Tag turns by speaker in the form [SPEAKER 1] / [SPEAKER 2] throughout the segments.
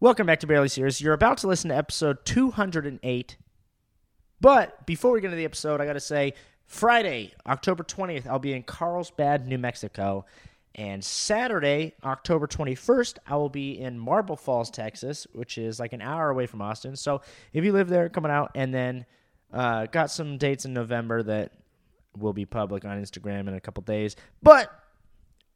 [SPEAKER 1] Welcome back to Barely Serious. You're about to listen to episode 208. But before we get into the episode, I got to say Friday, October 20th, I'll be in Carlsbad, New Mexico. And Saturday, October 21st, I will be in Marble Falls, Texas, which is like an hour away from Austin. So if you live there, coming out. And then uh, got some dates in November that will be public on Instagram in a couple days. But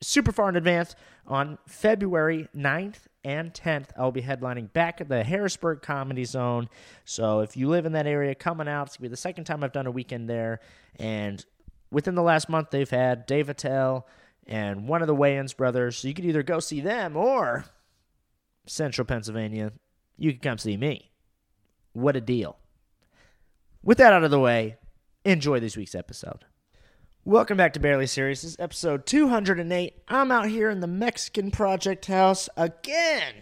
[SPEAKER 1] super far in advance. On February 9th and 10th, I'll be headlining back at the Harrisburg Comedy Zone. So if you live in that area, coming out. It's going to be the second time I've done a weekend there. And within the last month, they've had Dave Attell and one of the Wayans brothers. So you could either go see them or Central Pennsylvania, you could come see me. What a deal. With that out of the way, enjoy this week's episode. Welcome back to Barely Serious. This is episode 208. I'm out here in the Mexican Project House again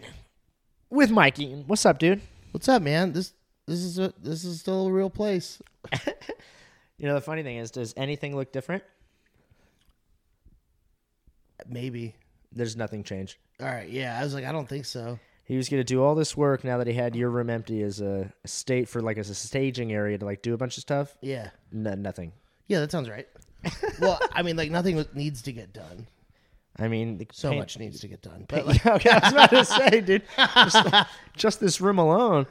[SPEAKER 1] with Mikey. What's up, dude?
[SPEAKER 2] What's up, man? This this is a, this is still a real place.
[SPEAKER 1] You know, the funny thing is, does anything look different?
[SPEAKER 2] Maybe.
[SPEAKER 1] There's nothing changed.
[SPEAKER 2] All right. Yeah, I was like, I don't think so.
[SPEAKER 1] He was going to do all this work now that he had your room empty as a state for like as a staging area to like do a bunch of stuff.
[SPEAKER 2] Yeah.
[SPEAKER 1] No, nothing.
[SPEAKER 2] Yeah, that sounds right. well, I mean, like nothing was- needs to get done.
[SPEAKER 1] I mean, the
[SPEAKER 2] So
[SPEAKER 1] paint-
[SPEAKER 2] much needs to get done. But like,
[SPEAKER 1] Yeah, okay, I was about to say, dude, just, just this room alone.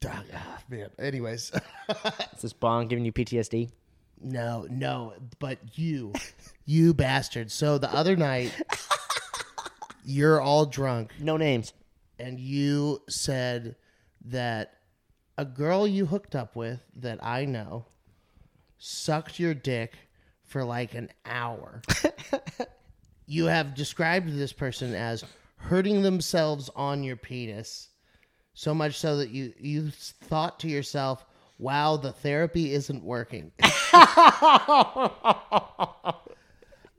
[SPEAKER 2] dog, ah, man. Anyways,
[SPEAKER 1] Is this bong giving you PTSD?
[SPEAKER 2] no, no. But you, you bastard. So the other night, you're all drunk,
[SPEAKER 1] No names.
[SPEAKER 2] and you said that a girl you hooked up with that I know sucked your dick for like an hour. you have described this person as hurting themselves on your penis so much so that you you thought to yourself, "Wow, the therapy isn't working."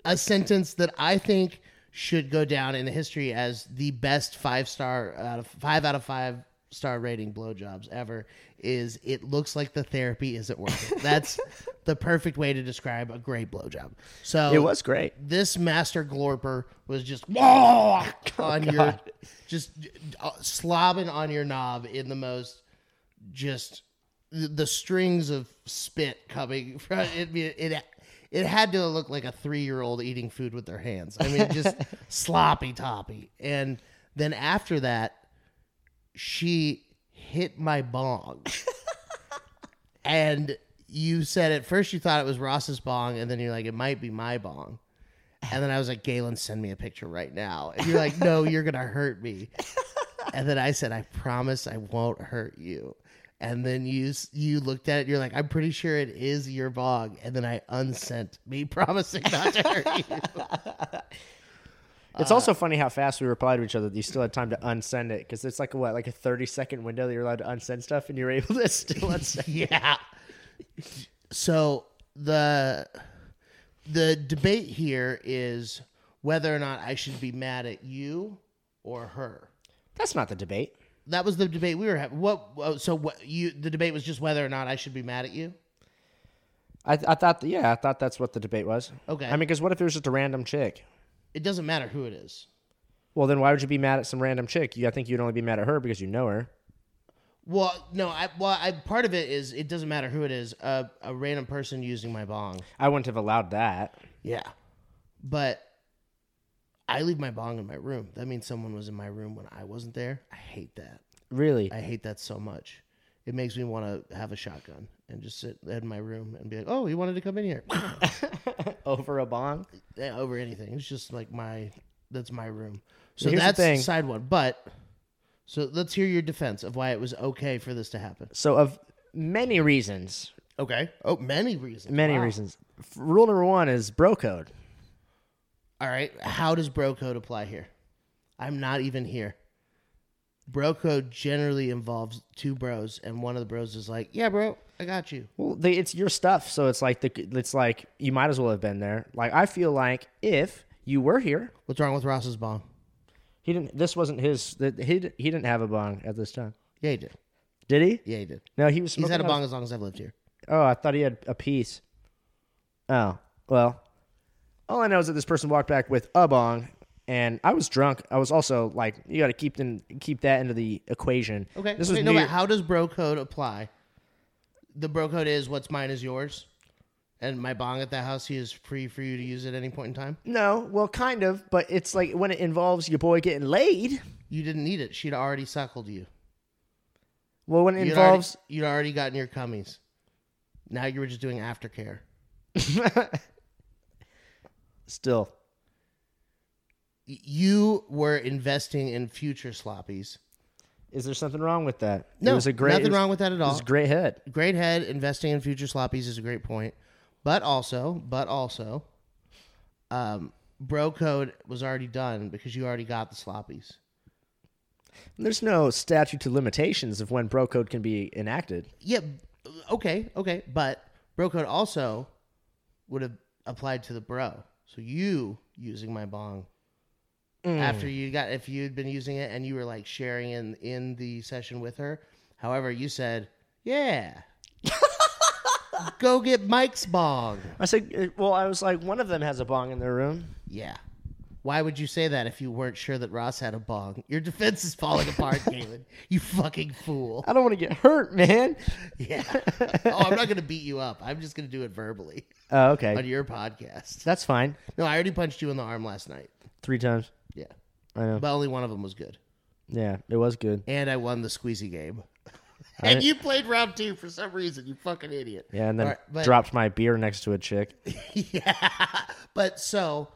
[SPEAKER 2] a sentence that I think should go down in history as the best five star out of five out of five star rating blowjobs ever is it looks like the therapy isn't working. That's the perfect way to describe a great blowjob. So
[SPEAKER 1] It was great.
[SPEAKER 2] this master glorper was just on your just uh, slobbing on your knob in the most just the, the strings of spit coming from it, it it it had to look like a 3-year-old eating food with their hands i mean just sloppy toppy and then after that she hit my bong and you said at first you thought it was Ross's bong, and then you're like, it might be my bong. And then I was like, Galen, send me a picture right now. And you're like, no, you're gonna hurt me. And then I said, I promise I won't hurt you. And then you s- you looked at it, you're like, I'm pretty sure it is your bong. And then I unsent me promising not to hurt you.
[SPEAKER 1] It's also funny how fast we replied to each other. That you still had time to unsend it because it's like a, what, like a thirty second window that you're allowed to unsend stuff, and you're able to still unsend.
[SPEAKER 2] yeah. So the the debate here is whether or not I should be mad at you or her.
[SPEAKER 1] That's not the debate.
[SPEAKER 2] That was the debate we were having. What? oh, So what? You the debate was just whether or not I should be mad at you.
[SPEAKER 1] I, I thought, yeah, I thought that's what the debate was.
[SPEAKER 2] Okay.
[SPEAKER 1] I mean, because what if it was just a random chick?
[SPEAKER 2] It doesn't matter who it is.
[SPEAKER 1] Well, then why would you be mad at some random chick? You, I think you'd only be mad at her because you know her.
[SPEAKER 2] Well, no. I well, I part of it is it doesn't matter who it is. A a random person using my bong.
[SPEAKER 1] I wouldn't have allowed that.
[SPEAKER 2] Yeah, but I leave my bong in my room. That means someone was in my room when I wasn't there. I hate that.
[SPEAKER 1] Really?
[SPEAKER 2] I hate that so much. It makes me want to have a shotgun and just sit in my room and be like, "Oh, you wanted to come in here."
[SPEAKER 1] Over a bong?
[SPEAKER 2] Yeah, eh, Over anything, it's just like my that's my room. So
[SPEAKER 1] Here's the
[SPEAKER 2] that's
[SPEAKER 1] thing.
[SPEAKER 2] side one. But so let's hear your defense of why it was okay for this to happen.
[SPEAKER 1] So, of many reasons,
[SPEAKER 2] Okay. Oh, many reasons.
[SPEAKER 1] many
[SPEAKER 2] Wow.
[SPEAKER 1] reasons. F- Rule number one is bro code.
[SPEAKER 2] All right. How does bro code apply here? I'm not even here. Bro code generally involves two bros, and one of the bros is like, "Yeah, bro, I got you."
[SPEAKER 1] Well, they, it's your stuff, so it's like the it's like you might as well have been there. Like I feel like if you were here,
[SPEAKER 2] What's wrong with Ross's bong?
[SPEAKER 1] he didn't. This wasn't his. that He d- he didn't have a bong at this time,
[SPEAKER 2] Yeah, he did.
[SPEAKER 1] did he?
[SPEAKER 2] Yeah, he did.
[SPEAKER 1] No, he was.
[SPEAKER 2] He's
[SPEAKER 1] Smoking
[SPEAKER 2] had a
[SPEAKER 1] out
[SPEAKER 2] bong as long as I've lived here.
[SPEAKER 1] of- oh, I thought he had a piece. Oh well, all I know is that this person walked back with a bong and I was drunk. I was also like, you got to keep in, keep that into the equation.
[SPEAKER 2] Okay.
[SPEAKER 1] this
[SPEAKER 2] okay,
[SPEAKER 1] was
[SPEAKER 2] no,
[SPEAKER 1] New
[SPEAKER 2] but
[SPEAKER 1] Year-
[SPEAKER 2] how does bro code apply? The bro code is what's mine is yours, and my bong at that house he is free for you to use at any point in time.
[SPEAKER 1] no, well, kind of, but it's like when it involves your boy getting laid.
[SPEAKER 2] You didn't need it. She'd already suckled you.
[SPEAKER 1] Well, when it
[SPEAKER 2] You'd
[SPEAKER 1] involves,
[SPEAKER 2] Already, you'd already gotten your cummies. Now you were just doing aftercare.
[SPEAKER 1] still,
[SPEAKER 2] Y- You were investing in future sloppies.
[SPEAKER 1] is there something wrong with that?
[SPEAKER 2] No,
[SPEAKER 1] it was a great,
[SPEAKER 2] nothing
[SPEAKER 1] it was-
[SPEAKER 2] wrong with that at
[SPEAKER 1] It
[SPEAKER 2] all.
[SPEAKER 1] was a great hit.
[SPEAKER 2] great head investing in future sloppies is a great point but also but also um bro code was already done because you already got the sloppies
[SPEAKER 1] There's no statute to limitations of when bro code can be enacted.
[SPEAKER 2] yeah okay okay but bro code also would have applied to the bro so you using my bong after you got if you'd been using it and you were like sharing in in the session with her however you said yeah go get mike's bong
[SPEAKER 1] I said, uh, well, I was like, one of them has a bong in their room.
[SPEAKER 2] Yeah. Why would you say that if you weren't sure that Ross had a bong? Your defense is falling apart, Galen. You fucking fool.
[SPEAKER 1] I don't want to get hurt, man.
[SPEAKER 2] Yeah. oh, I'm not going to beat you up. I'm just going to do it verbally
[SPEAKER 1] Oh,
[SPEAKER 2] on
[SPEAKER 1] okay.
[SPEAKER 2] your podcast.
[SPEAKER 1] That's fine.
[SPEAKER 2] No, I already punched you in the arm last night.
[SPEAKER 1] Three times.
[SPEAKER 2] Yeah.
[SPEAKER 1] I know.
[SPEAKER 2] But only one of them was good.
[SPEAKER 1] Yeah, it was good.
[SPEAKER 2] And I won the squeezy game. and you played round two for some reason. You fucking idiot.
[SPEAKER 1] Yeah, and then
[SPEAKER 2] All right, but-
[SPEAKER 1] dropped my beer next to a chick.
[SPEAKER 2] yeah. But so,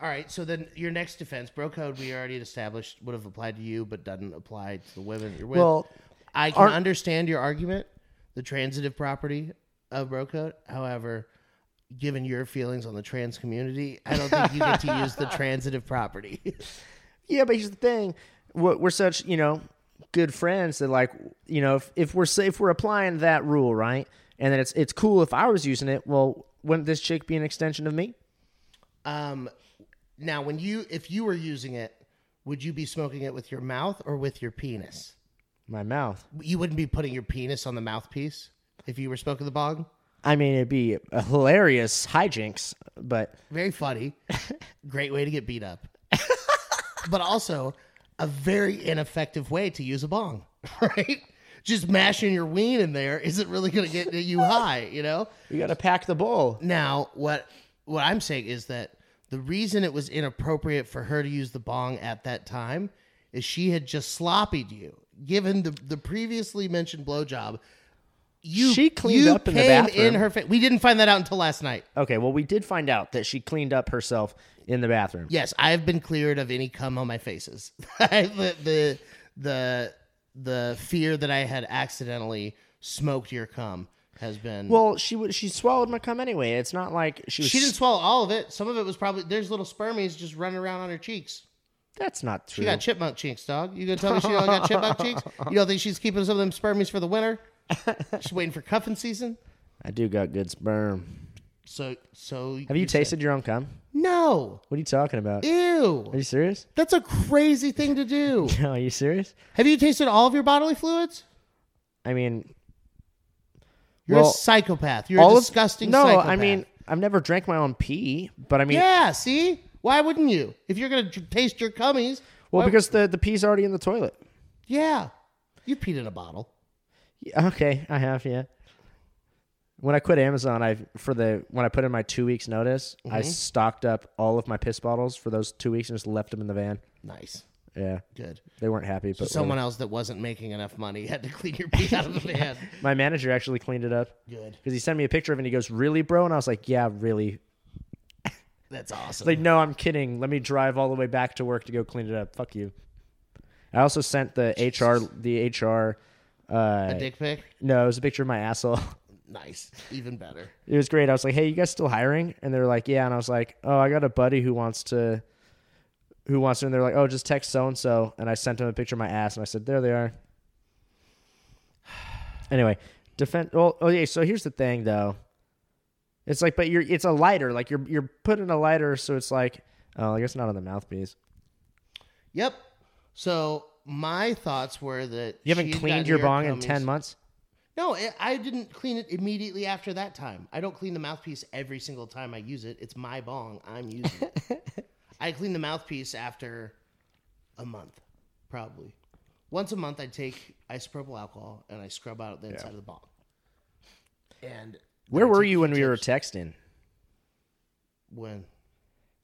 [SPEAKER 2] all right. So then your next defense, bro code, we already established would have applied to you, but doesn't apply to the women that you're with.
[SPEAKER 1] Well,
[SPEAKER 2] I can
[SPEAKER 1] aren't-
[SPEAKER 2] understand your argument, the transitive property of bro code. However, given your feelings on the trans community, I don't think you get to use the transitive property.
[SPEAKER 1] Yeah, but here's the thing: we're, we're such you know good friends that like you know if, if we're sa- if we're applying that rule right, and then it's it's cool if I was using it. Well, wouldn't this chick be an extension of me?
[SPEAKER 2] um, now, when you, if you were using it, would you be smoking it with your mouth or with your penis?
[SPEAKER 1] My mouth.
[SPEAKER 2] You wouldn't be putting your penis on the mouthpiece if you were smoking the bong.
[SPEAKER 1] I mean, it'd be a hilarious hijinks, but
[SPEAKER 2] very funny, great way to get beat up, but also a very ineffective way to use a bong, right? Just mashing your ween in there isn't really going to get you high, you know?
[SPEAKER 1] you got to pack the bowl.
[SPEAKER 2] Now, what what I'm saying is that the reason it was inappropriate for her to use the bong at that time is she had just sloppied you. Given the the previously mentioned blowjob, you
[SPEAKER 1] She cleaned
[SPEAKER 2] you
[SPEAKER 1] up in the
[SPEAKER 2] came in
[SPEAKER 1] bathroom.
[SPEAKER 2] her face. We didn't find that out until last night.
[SPEAKER 1] Okay, well, we did find out that she cleaned up herself in the bathroom.
[SPEAKER 2] Yes, I have been cleared of any cum on my faces. the, the the the fear that I had accidentally smoked your cum has been.
[SPEAKER 1] Well, she w- she swallowed my cum anyway. It's not like she was.
[SPEAKER 2] she didn't swallow all of it. Some of it was probably there's little spermies just running around on her cheeks.
[SPEAKER 1] That's not true.
[SPEAKER 2] She got chipmunk cheeks, dog. You gonna tell me she don't got chipmunk cheeks? You don't think she's keeping some of them spermies for the winter? She's waiting for cuffing season.
[SPEAKER 1] I do got good sperm.
[SPEAKER 2] So so
[SPEAKER 1] Have you tasted your own cum?
[SPEAKER 2] No.
[SPEAKER 1] What are you talking about? Are
[SPEAKER 2] Ew.
[SPEAKER 1] you serious?
[SPEAKER 2] That's a crazy thing to do.
[SPEAKER 1] No, are you serious?
[SPEAKER 2] Have you tasted all of your bodily fluids?
[SPEAKER 1] I mean,
[SPEAKER 2] You're a
[SPEAKER 1] Well,
[SPEAKER 2] psychopath. You're
[SPEAKER 1] all
[SPEAKER 2] a
[SPEAKER 1] of-
[SPEAKER 2] disgusting
[SPEAKER 1] No,
[SPEAKER 2] psychopath.
[SPEAKER 1] I mean, I've never drank my own pee, but I mean,
[SPEAKER 2] yeah, see? Why wouldn't you? If you're going to taste your cummies,
[SPEAKER 1] well, because the the pee's already in the toilet.
[SPEAKER 2] yeah. You peed in a bottle.
[SPEAKER 1] Yeah, Okay, I have, yeah. When I quit Amazon, I for the when I put in my two weeks notice, I
[SPEAKER 2] Mm-hmm.
[SPEAKER 1] stocked up all of my piss bottles for those two weeks and just left them in the van.
[SPEAKER 2] Nice.
[SPEAKER 1] Yeah,
[SPEAKER 2] Good.
[SPEAKER 1] they weren't happy, but
[SPEAKER 2] Someone else that wasn't making enough money had to clean your pee out of the van.
[SPEAKER 1] my manager actually cleaned it up
[SPEAKER 2] Good.
[SPEAKER 1] because he sent me a picture of it. and He goes, "Really, bro?" And I was like, "Yeah, really."
[SPEAKER 2] That's awesome.
[SPEAKER 1] Like, no, I'm kidding. Let me drive all the way back to work to go clean it up. Fuck you. I also sent the HR the HR.
[SPEAKER 2] a
[SPEAKER 1] Uh,
[SPEAKER 2] dick pic?
[SPEAKER 1] no, it was a picture of my asshole.
[SPEAKER 2] Nice. Even better.
[SPEAKER 1] it was great. I was like, "Hey, you guys still hiring?" And they're like, "Yeah." And I was like, "Oh, I got a buddy who wants to, who wants to." And they're like, "Oh, just text so and so." And I sent him a picture of my ass, and I said, "There they are." Anyway, defend. Well, okay. So here's the thing, though. It's like, but you're it's a lighter. Like you're you're putting a lighter, so it's like, oh, I guess not on the mouthpiece.
[SPEAKER 2] Yep. So my thoughts were that
[SPEAKER 1] You haven't
[SPEAKER 2] she'd
[SPEAKER 1] cleaned
[SPEAKER 2] gotten
[SPEAKER 1] your
[SPEAKER 2] your
[SPEAKER 1] bong in
[SPEAKER 2] cummies-
[SPEAKER 1] ten months.
[SPEAKER 2] No, I- I didn't clean it immediately after that time. I don't clean the mouthpiece every single time I use it. It's my bong. I'm using it. I clean the mouthpiece after a month, probably. Once a month, I take isopropyl alcohol and I scrub out the inside of the bong. And
[SPEAKER 1] Where
[SPEAKER 2] I
[SPEAKER 1] were
[SPEAKER 2] take
[SPEAKER 1] you when we were
[SPEAKER 2] Q-tips.
[SPEAKER 1] texting?
[SPEAKER 2] When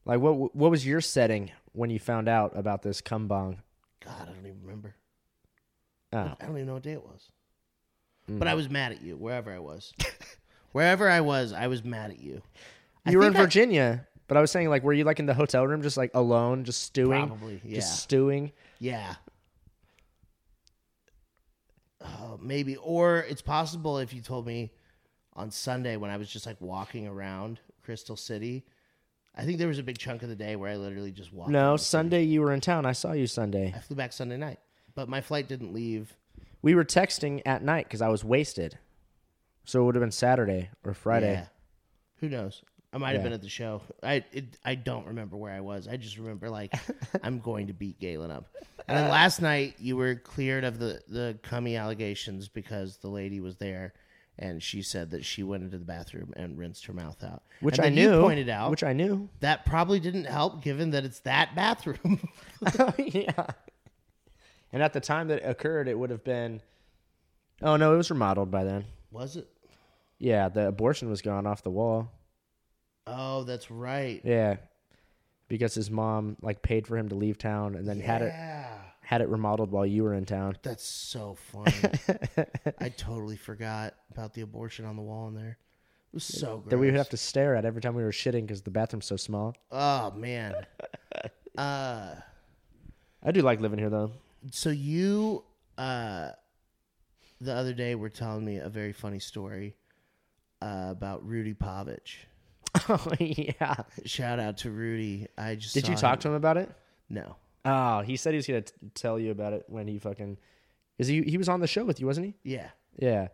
[SPEAKER 1] Like what what was your setting when you found out about this cum bong?
[SPEAKER 2] God, I don't even remember.
[SPEAKER 1] Oh.
[SPEAKER 2] I don't even know what day it was.
[SPEAKER 1] Hmm.
[SPEAKER 2] But I was mad at you wherever I was. wherever I was, I was mad at you. I
[SPEAKER 1] You were in
[SPEAKER 2] think I-
[SPEAKER 1] Virginia, but I was saying like were you like in the hotel room just like alone, just stewing?
[SPEAKER 2] Probably, yeah.
[SPEAKER 1] Just stewing.
[SPEAKER 2] Yeah. Uh, maybe. Or it's possible if you told me on Sunday when I was just like walking around Crystal City. I think there was a big chunk of the day where I literally just walked.
[SPEAKER 1] No,
[SPEAKER 2] around.
[SPEAKER 1] Sunday you were in town. I saw you Sunday.
[SPEAKER 2] I flew back Sunday night, but my flight didn't leave.
[SPEAKER 1] We were texting at night because I was wasted. So it would have been Saturday or Friday.
[SPEAKER 2] Yeah. Who knows? I might have
[SPEAKER 1] Yeah.
[SPEAKER 2] been at the show. I it, I don't remember where I was. I just remember like I'm going to beat Galen up. And then last night you were cleared of the the cummy allegations because the lady was there and she said that she went into the bathroom and rinsed her mouth out.
[SPEAKER 1] Which
[SPEAKER 2] And
[SPEAKER 1] I
[SPEAKER 2] then
[SPEAKER 1] knew.
[SPEAKER 2] You pointed out
[SPEAKER 1] Which I knew.
[SPEAKER 2] that probably didn't help given that it's that bathroom.
[SPEAKER 1] yeah. And at the time that it occurred, it would have been. Oh no, it was remodeled by then.
[SPEAKER 2] was it?
[SPEAKER 1] Yeah, the abortion was gone off the wall.
[SPEAKER 2] Oh, that's right.
[SPEAKER 1] Yeah, because his mom like paid for him to leave town and then had it
[SPEAKER 2] Yeah.
[SPEAKER 1] had it remodeled while you were in town.
[SPEAKER 2] That's so funny. I totally forgot about the abortion on the wall in there. It was so gross.
[SPEAKER 1] That we would have to stare at every time we were shitting because the bathroom's so small.
[SPEAKER 2] Oh man. uh,
[SPEAKER 1] I do like living here though.
[SPEAKER 2] so you uh, the other day were telling me a very funny story uh, about Rudy Povich.
[SPEAKER 1] oh yeah.
[SPEAKER 2] Shout out to Rudy. I just
[SPEAKER 1] Did you
[SPEAKER 2] saw
[SPEAKER 1] talk to him about it?
[SPEAKER 2] him- No.
[SPEAKER 1] Oh, he said he was gonna t- tell you about it when he fucking. Is he? He was on the show with you, wasn't he?
[SPEAKER 2] Yeah.
[SPEAKER 1] Yeah.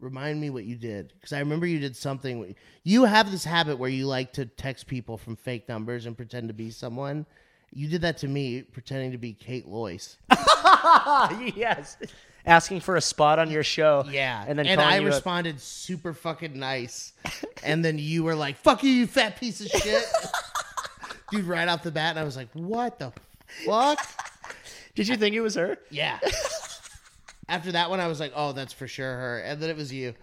[SPEAKER 2] Remind me what you did because I remember you did something. wh- You have this habit where you like to text people from fake numbers and pretend to be someone. You did that to me, pretending to be Kate Lois.
[SPEAKER 1] yes. Asking for a spot on your show.
[SPEAKER 2] Yeah,
[SPEAKER 1] And then
[SPEAKER 2] and
[SPEAKER 1] calling
[SPEAKER 2] I
[SPEAKER 1] you a-
[SPEAKER 2] responded super fucking nice, and then you were like, "Fuck you, you fat piece of shit, dude!" Right off the bat, and I was like, "What the fuck?"
[SPEAKER 1] Did you think it was her?
[SPEAKER 2] Yeah. After that one, I was like, "Oh, that's for sure her," and then it was you.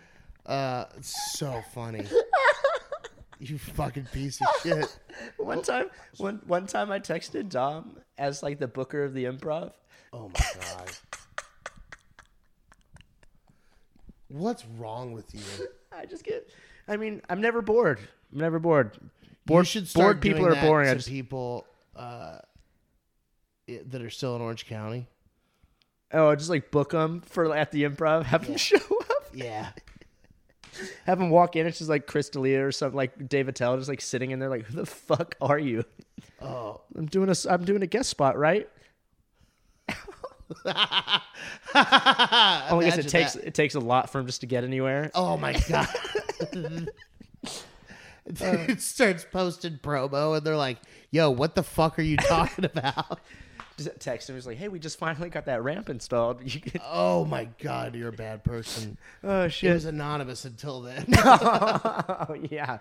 [SPEAKER 2] Uh, it's so funny. You fucking piece of shit.
[SPEAKER 1] One time, one one time, I texted Dom as like the booker of the improv.
[SPEAKER 2] Oh my god. What's wrong with you?
[SPEAKER 1] I just get. I mean, I'm never bored. I'm never bored.
[SPEAKER 2] Or
[SPEAKER 1] Bored
[SPEAKER 2] should
[SPEAKER 1] bored
[SPEAKER 2] start
[SPEAKER 1] people
[SPEAKER 2] doing
[SPEAKER 1] are
[SPEAKER 2] that
[SPEAKER 1] boring. I
[SPEAKER 2] To
[SPEAKER 1] just-
[SPEAKER 2] people uh, i- that are still in Orange County.
[SPEAKER 1] oh, I just like book them for at the improv. Have them show up.
[SPEAKER 2] Yeah,
[SPEAKER 1] Have them walk in. It's just like Chris D'Elia or something like Dave Attell, just like sitting in there, like who the fuck are you?
[SPEAKER 2] Oh.
[SPEAKER 1] I'm doing a s- I'm doing a guest spot, right? Only because
[SPEAKER 2] Imagine
[SPEAKER 1] Oh, it takes
[SPEAKER 2] that.
[SPEAKER 1] it takes a lot for him just to get anywhere.
[SPEAKER 2] Oh my god. Dude starts posting promo and they're like, "Yo, what the fuck are you talking about?"
[SPEAKER 1] Just text him. He's like, "Hey, we just finally got that ramp installed." You could,
[SPEAKER 2] oh my god, you're a bad person.
[SPEAKER 1] oh
[SPEAKER 2] It
[SPEAKER 1] shit!
[SPEAKER 2] was anonymous until then.
[SPEAKER 1] Oh yeah.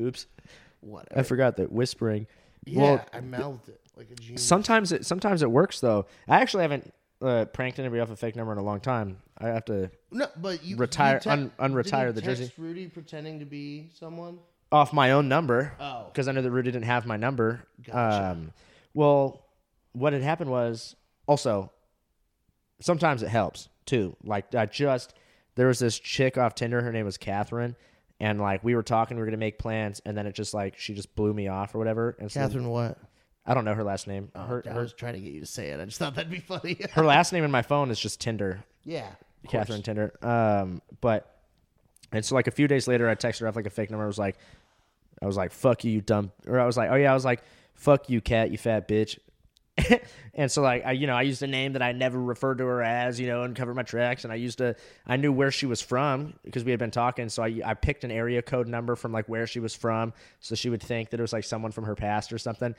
[SPEAKER 1] Oops. I
[SPEAKER 2] Whatever.
[SPEAKER 1] forgot that whispering.
[SPEAKER 2] Yeah,
[SPEAKER 1] Well,
[SPEAKER 2] I mouthed it like a genius.
[SPEAKER 1] sometimes it sometimes it works though. I actually haven't uh, pranked anybody off a fake number in a long time. I have to
[SPEAKER 2] No, but you
[SPEAKER 1] Retire-
[SPEAKER 2] You te-
[SPEAKER 1] un- unretire
[SPEAKER 2] did
[SPEAKER 1] the
[SPEAKER 2] you
[SPEAKER 1] jersey.
[SPEAKER 2] text Rudy pretending to be someone.
[SPEAKER 1] off my own number.
[SPEAKER 2] Oh.
[SPEAKER 1] because I know that Rudy didn't have my number.
[SPEAKER 2] Gotcha.
[SPEAKER 1] Um, well, what had happened was also sometimes it helps too. Like I just there was this chick off Tinder. Her name was Catherine, and like we were talking, we were gonna make plans, and then it just like she just blew me off or whatever. And so
[SPEAKER 2] Catherine, Oh, what?
[SPEAKER 1] I don't know her last name. her
[SPEAKER 2] I was trying to get you to say it. I just thought that'd be funny.
[SPEAKER 1] her last name in my phone is just Tinder.
[SPEAKER 2] yeah.
[SPEAKER 1] Catherine Tinder. Um, but and so like a few days later, I texted her off like a fake number. I was like, I was like, "Fuck you, you dumb," or I was like, "Oh yeah," I was like, "Fuck you, cat, you fat bitch." and so like I, you know, I used a name that I never referred to her as, you know, and covered my tracks. And I used to, I knew where she was from because we had been talking. So I, I picked an area code number from like where she was from, so she would think that it was like someone from her past or something.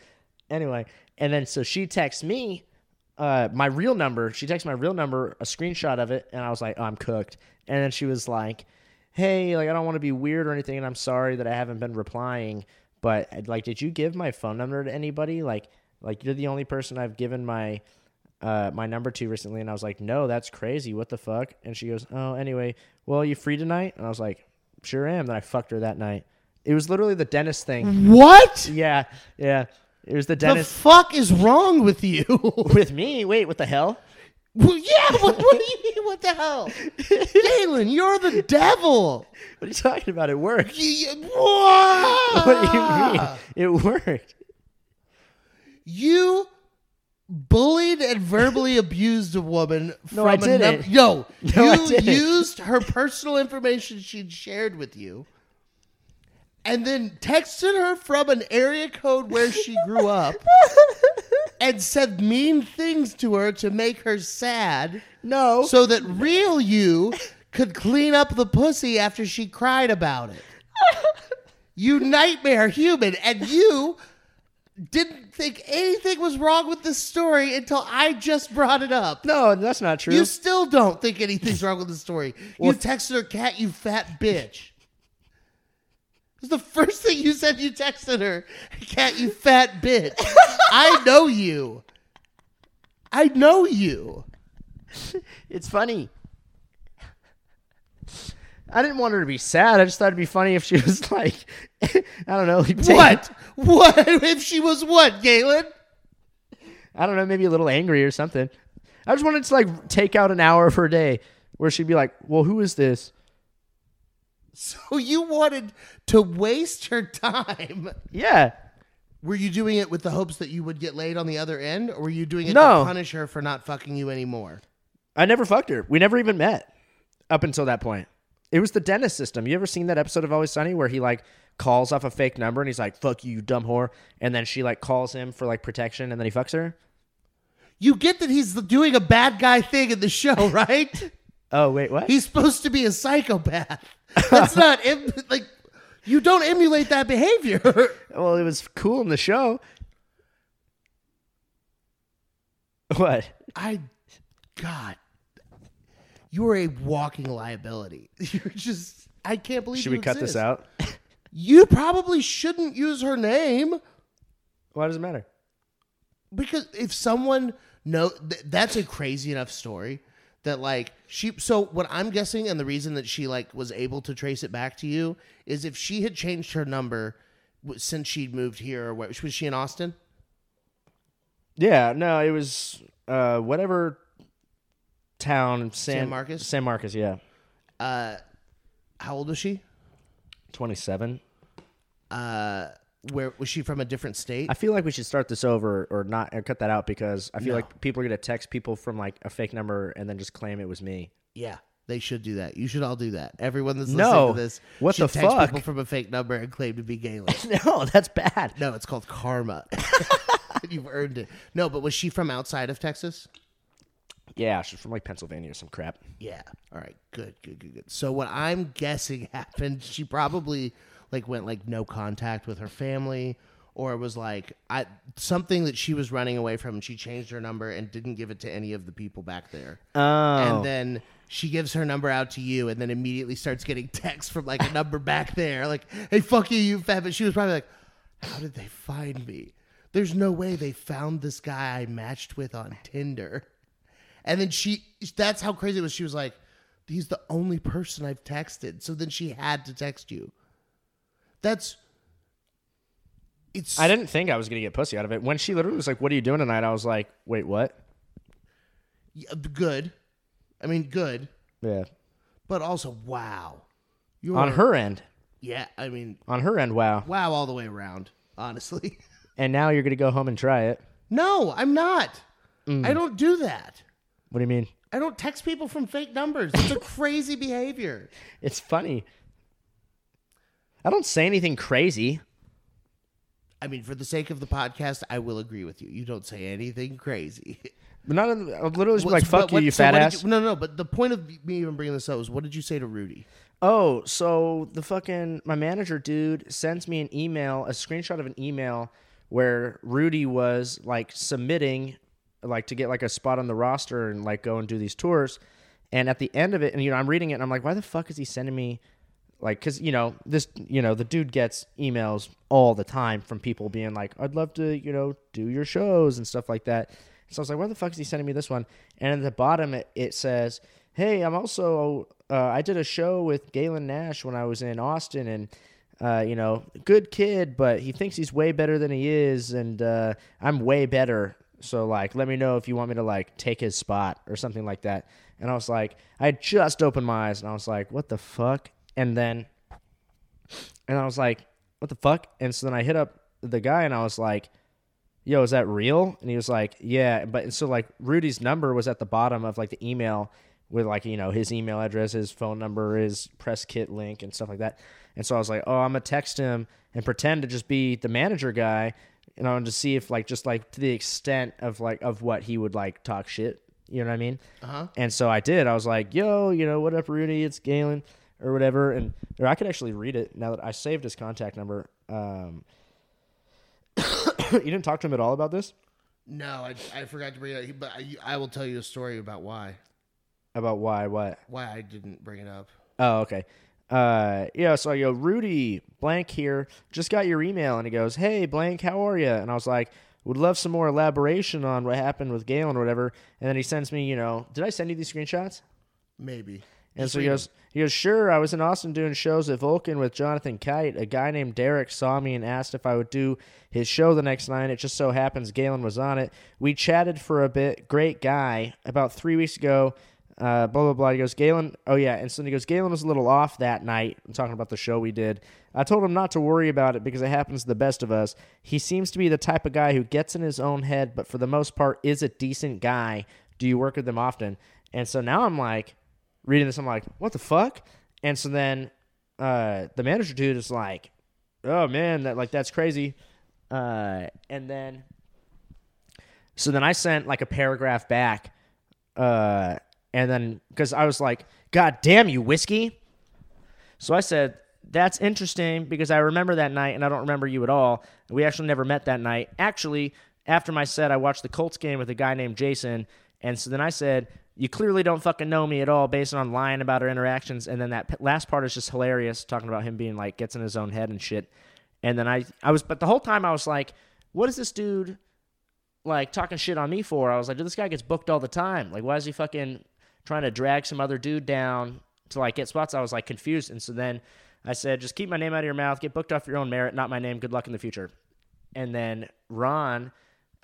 [SPEAKER 1] Anyway, and then so she texts me uh, my real number. She texted my real number, a screenshot of it, and I was like, oh, I'm cooked. And then she was like, Hey, like I don't want to be weird or anything, and I'm sorry that I haven't been replying, But like, did you give my phone number to anybody? Like, like you're the only person I've given my uh, my number to recently. And I was like, no, that's crazy. What the fuck? And she goes, oh, anyway, well, you free tonight? And I was like, sure am. Then I fucked her that night. It was literally the dentist thing.
[SPEAKER 2] What
[SPEAKER 1] Yeah, yeah. It was the
[SPEAKER 2] Mm-hmm. the
[SPEAKER 1] dentist
[SPEAKER 2] fuck is wrong with you?
[SPEAKER 1] with me. Wait, what the hell?
[SPEAKER 2] well, yeah, what, what do you mean? What the hell, Galen? You're the devil.
[SPEAKER 1] What are you talking about? It worked.
[SPEAKER 2] You, you,
[SPEAKER 1] What do you mean? It worked.
[SPEAKER 2] You bullied and verbally abused a woman
[SPEAKER 1] No,
[SPEAKER 2] from
[SPEAKER 1] I
[SPEAKER 2] a
[SPEAKER 1] didn't.
[SPEAKER 2] num- No,
[SPEAKER 1] No, I
[SPEAKER 2] you
[SPEAKER 1] didn't.
[SPEAKER 2] used her personal information she'd shared with you and then texted her from an area code where she grew up and said mean things to her to make her sad
[SPEAKER 1] No.
[SPEAKER 2] so that real you could clean up the pussy after she cried about it. You nightmare human, and you didn't think anything was wrong with this story until I just brought it up.
[SPEAKER 1] no, that's not true.
[SPEAKER 2] You still don't think anything's wrong with the story. you texted her cat, you fat bitch. It was the first thing you said you texted her. Cat, you fat bitch. I know you. I know you.
[SPEAKER 1] It's funny. I didn't want her to be sad. I just thought it'd be funny if she was like, I don't know, like taking-
[SPEAKER 2] What? What if she was what, Galen?
[SPEAKER 1] I don't know, maybe a little angry or something. I just wanted to like take out an hour of her day where she'd be like, "Well, who is this?"
[SPEAKER 2] So you wanted to waste her time.
[SPEAKER 1] Yeah,
[SPEAKER 2] Were you doing it with the hopes that you would get laid on the other end, or were you doing it
[SPEAKER 1] No.
[SPEAKER 2] to punish her for not fucking you anymore?
[SPEAKER 1] I never fucked her. We never even met up until that point. It was the dentist system. You ever seen that episode of Always Sunny where he like calls off a fake number and he's like, "Fuck you, you dumb whore," and then she like calls him for like protection and then he fucks her.
[SPEAKER 2] You get that he's doing a bad guy thing in the show, right?
[SPEAKER 1] Oh wait, what?
[SPEAKER 2] he's supposed to be a psychopath. That's not em- like you don't emulate that behavior.
[SPEAKER 1] Well, it was cool in the show. What?
[SPEAKER 2] I, God, you are a walking liability. You're just. I can't believe.
[SPEAKER 1] Should
[SPEAKER 2] you
[SPEAKER 1] we cut this
[SPEAKER 2] exist.
[SPEAKER 1] out?
[SPEAKER 2] You probably shouldn't use her name
[SPEAKER 1] Why does it matter?
[SPEAKER 2] because if someone know th- that's a crazy enough story that like she so what I'm guessing and the reason that she like was able to trace it back to you is if she had changed her number w- since she'd moved here or what was she in Austin?
[SPEAKER 1] Yeah, no, it was uh, whatever town San,
[SPEAKER 2] San Marcos?
[SPEAKER 1] San Marcos, yeah,
[SPEAKER 2] How old was she?
[SPEAKER 1] twenty-seven.
[SPEAKER 2] Uh, Where was she from? A different state?
[SPEAKER 1] I feel like we should start this over or not or cut that out because I feel like people are gonna text people from like a fake number and then just claim it was me.
[SPEAKER 2] yeah. They should do that. You should all do that. Everyone that's listening
[SPEAKER 1] No.
[SPEAKER 2] to this
[SPEAKER 1] What
[SPEAKER 2] should
[SPEAKER 1] the
[SPEAKER 2] text
[SPEAKER 1] fuck?
[SPEAKER 2] people from a fake number and claim to be Galen.
[SPEAKER 1] No, that's bad.
[SPEAKER 2] No, it's called karma. You've earned it. No, but was she from outside of Texas?
[SPEAKER 1] Yeah, she's from like Pennsylvania or some crap.
[SPEAKER 2] Yeah. All right. Good. Good. Good. Good. So what I'm guessing happened, she probably like went like no contact with her family, or was like I something that she was running away from. and She changed her number and didn't give it to any of the people back there. And then she gives her number out to you, and then immediately starts getting texts from like a number back there, like "Hey, fuck you, you fat." But she was probably like, "How did they find me? There's no way they found this guy I matched with on Tinder." And then she, that's how crazy it was. She was like, he's the only person I've texted. So then she had to text you. That's, it's,
[SPEAKER 1] I didn't think I was gonna get pussy out of it. When she literally was like, "What are you doing tonight?" I was like, "Wait, what?"
[SPEAKER 2] yeah, good. I mean, good,
[SPEAKER 1] Yeah,
[SPEAKER 2] but also, wow. You're,
[SPEAKER 1] on her end.
[SPEAKER 2] yeah, I mean,
[SPEAKER 1] on her end, wow.
[SPEAKER 2] wow, all the way around, honestly.
[SPEAKER 1] And now you're gonna go home and try it.
[SPEAKER 2] no, I'm not.
[SPEAKER 1] Mm.
[SPEAKER 2] I don't do that.
[SPEAKER 1] What do you mean?
[SPEAKER 2] I don't text people from fake numbers. It's a crazy behavior.
[SPEAKER 1] It's funny. I don't say anything crazy.
[SPEAKER 2] I mean, for the sake of the podcast, I will agree with you. You don't say anything crazy.
[SPEAKER 1] But not in, I'm literally just be
[SPEAKER 2] What-
[SPEAKER 1] like,
[SPEAKER 2] so
[SPEAKER 1] "Fuck
[SPEAKER 2] what-
[SPEAKER 1] you,
[SPEAKER 2] what-
[SPEAKER 1] you
[SPEAKER 2] so
[SPEAKER 1] fat
[SPEAKER 2] what did
[SPEAKER 1] ass."
[SPEAKER 2] you- no, no, but the point of me even bringing this up is what did you say to Rudy?
[SPEAKER 1] Oh, so the fucking my manager dude sends me an email, a screenshot of an email where Rudy was like submitting like to get like a spot on the roster and like go and do these tours. And at the end of it, and you know, I'm reading it and I'm like, why the fuck is he sending me like because you know this you know the dude gets emails all the time from people being like i'd love to you know do your shows and stuff like that so i was like where the fuck is he sending me this one and at the bottom it, it says hey i'm also uh, i did a show with galen nash when i was in austin and uh, you know good kid but he thinks he's way better than he is and uh, i'm way better so like let me know if you want me to like take his spot or something like that and i was like i had just opened my eyes and i was like what the fuck and then and i was like what the fuck and so then i hit up the guy and i was like yo is that real and he was like yeah but and so like rudy's number was at the bottom of like the email with like you know his email address his phone number his press kit link and stuff like that and so i was like oh i'm gonna text him and pretend to just be the manager guy and i wanted to see if like just like to the extent of like of what he would like talk shit you know what i mean
[SPEAKER 2] Uh-huh.
[SPEAKER 1] and so i did i was like yo you know what up rudy it's galen or whatever and or i could actually read it now that i saved his contact number um you didn't talk to him at all about this
[SPEAKER 2] No, I, I forgot to bring it up, but I, I will tell you a story about why
[SPEAKER 1] about why what
[SPEAKER 2] why I didn't bring it up.
[SPEAKER 1] Oh, okay. Uh, yeah. So I go, Rudy blank here. Just got your email, and he goes, "Hey, blank, how are you?" And I was like, "Would love some more elaboration on what happened with Galen or whatever." And then he sends me, you know, did I send you these screenshots?
[SPEAKER 2] Maybe.
[SPEAKER 1] And so he goes, he goes, sure. I was in Austin doing shows at Vulcan with Jonathan Kite. A guy named Derek saw me and asked if I would do his show the next night. It just so happens Galen was on it. We chatted for a bit. Great guy. About three weeks ago, uh, blah blah blah. He goes, Galen. Oh yeah. And so he goes, Galen was a little off that night. I'm talking about the show we did. I told him not to worry about it because it happens to the best of us. He seems to be the type of guy who gets in his own head, but for the most part is a decent guy. Do you work with them often? And so now I'm like reading this, I'm like, what the fuck? And so then uh, the manager dude is like, oh man, that like that's crazy. Uh, and then so then I sent like a paragraph back, uh, and then because I was like, God damn you, whiskey. So I said, That's interesting because I remember that night and I don't remember you at all. We actually never met that night. Actually, after my set, I watched the Colts game with a guy named Jason. And so then I said, You clearly don't fucking know me at all based on lying about our interactions. And then that p- last part is just hilarious, talking about him being like, gets in his own head and shit. And then I, I was, but the whole time I was like, What is this dude? like talking shit on me for. I was like, dude, this guy gets booked all the time. Like, why is he fucking trying to drag some other dude down to like get spots? I was like confused. And so then I said, just keep my name out of your mouth, get booked off your own merit, not my name. Good luck in the future. And then Ron,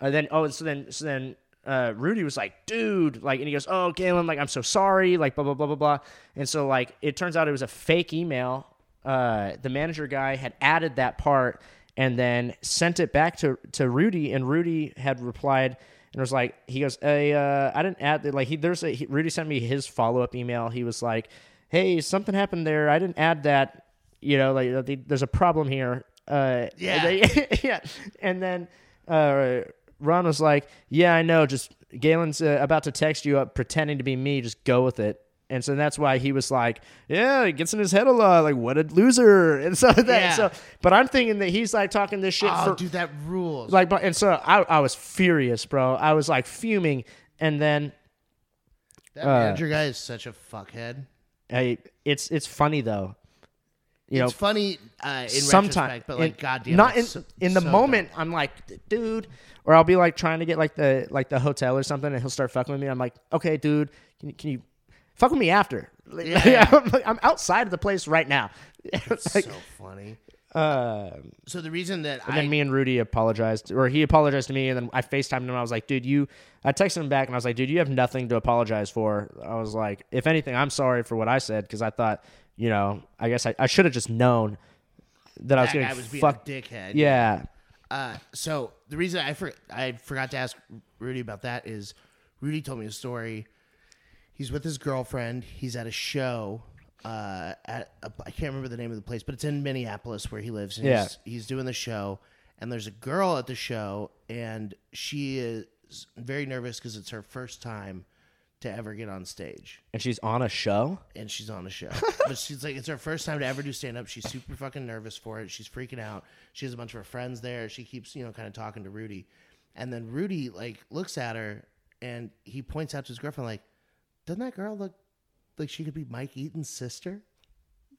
[SPEAKER 1] uh, then oh, and so then so then uh, Rudy was like, dude, like, and he goes, oh, Galen, like, I'm so sorry, like, blah blah blah blah blah. And so like, it turns out it was a fake email. Uh, the manager guy had added that part and then sent it back to to Rudy, and Rudy had replied and was like, he goes, hey, uh, I didn't add that. Like, he there's a he, Rudy sent me his follow up email. He was like, hey, something happened there. I didn't add that. You know, like the, there's a problem here. Uh,
[SPEAKER 2] Yeah.
[SPEAKER 1] they- yeah. And then uh, Ron was like, "Yeah, I know. Just Galen's uh, about to text you up, pretending to be me. Just go with it." And so that's why he was like, "Yeah, he gets in his head a lot. Like, what a loser." And so that.
[SPEAKER 2] Yeah.
[SPEAKER 1] So, but I'm thinking that he's like talking this shit
[SPEAKER 2] Oh,
[SPEAKER 1] for
[SPEAKER 2] dude, that rules.
[SPEAKER 1] like, but and so I, I was furious, bro. I was like fuming, and then
[SPEAKER 2] that manager guy is such a fuckhead.
[SPEAKER 1] I, it's it's funny though. You know,
[SPEAKER 2] It's funny uh, in
[SPEAKER 1] sometimes
[SPEAKER 2] retrospect, but like,
[SPEAKER 1] in-
[SPEAKER 2] goddamn,
[SPEAKER 1] not in
[SPEAKER 2] it's so-
[SPEAKER 1] in the
[SPEAKER 2] so
[SPEAKER 1] moment i'm like dude or i'll be like trying to get like the like the hotel or something and he'll start fucking with me i'm like okay dude can you, can you fuck with me after
[SPEAKER 2] Yeah.
[SPEAKER 1] I'm, like, I'm outside of the place right now
[SPEAKER 2] dumb.
[SPEAKER 1] It's like,
[SPEAKER 2] so funny.
[SPEAKER 1] uh,
[SPEAKER 2] So the reason that I
[SPEAKER 1] then me and rudy apologized or he apologized to me and then i facetimed him and i was like dude you i texted him back and i was like dude you have nothing to apologize for i was like if anything i'm sorry for what i said because i thought you know i guess i, I should have just known that i was
[SPEAKER 2] that
[SPEAKER 1] getting
[SPEAKER 2] guy was being
[SPEAKER 1] fucked
[SPEAKER 2] a dickhead.
[SPEAKER 1] yeah
[SPEAKER 2] Uh, so the reason I for, I forgot to ask Rudy about that is Rudy told me a story. He's with his girlfriend. He's at a show. Uh, at a, I can't remember the name of the place, but it's in Minneapolis where he lives. And
[SPEAKER 1] Yeah.
[SPEAKER 2] he's, he's doing the show, and there's a girl at the show, and she is very nervous because it's her first time to ever get on stage
[SPEAKER 1] and she's on a show.
[SPEAKER 2] and she's on the show. but she's like, it's her first time to ever do stand up. She's super fucking nervous for it. She's freaking out. She has a bunch of her friends there. She keeps, you know, kind of talking to Rudy. And then Rudy, like, looks at her and he points out to his girlfriend, like, doesn't that girl look like she could be Mike Eaton's sister?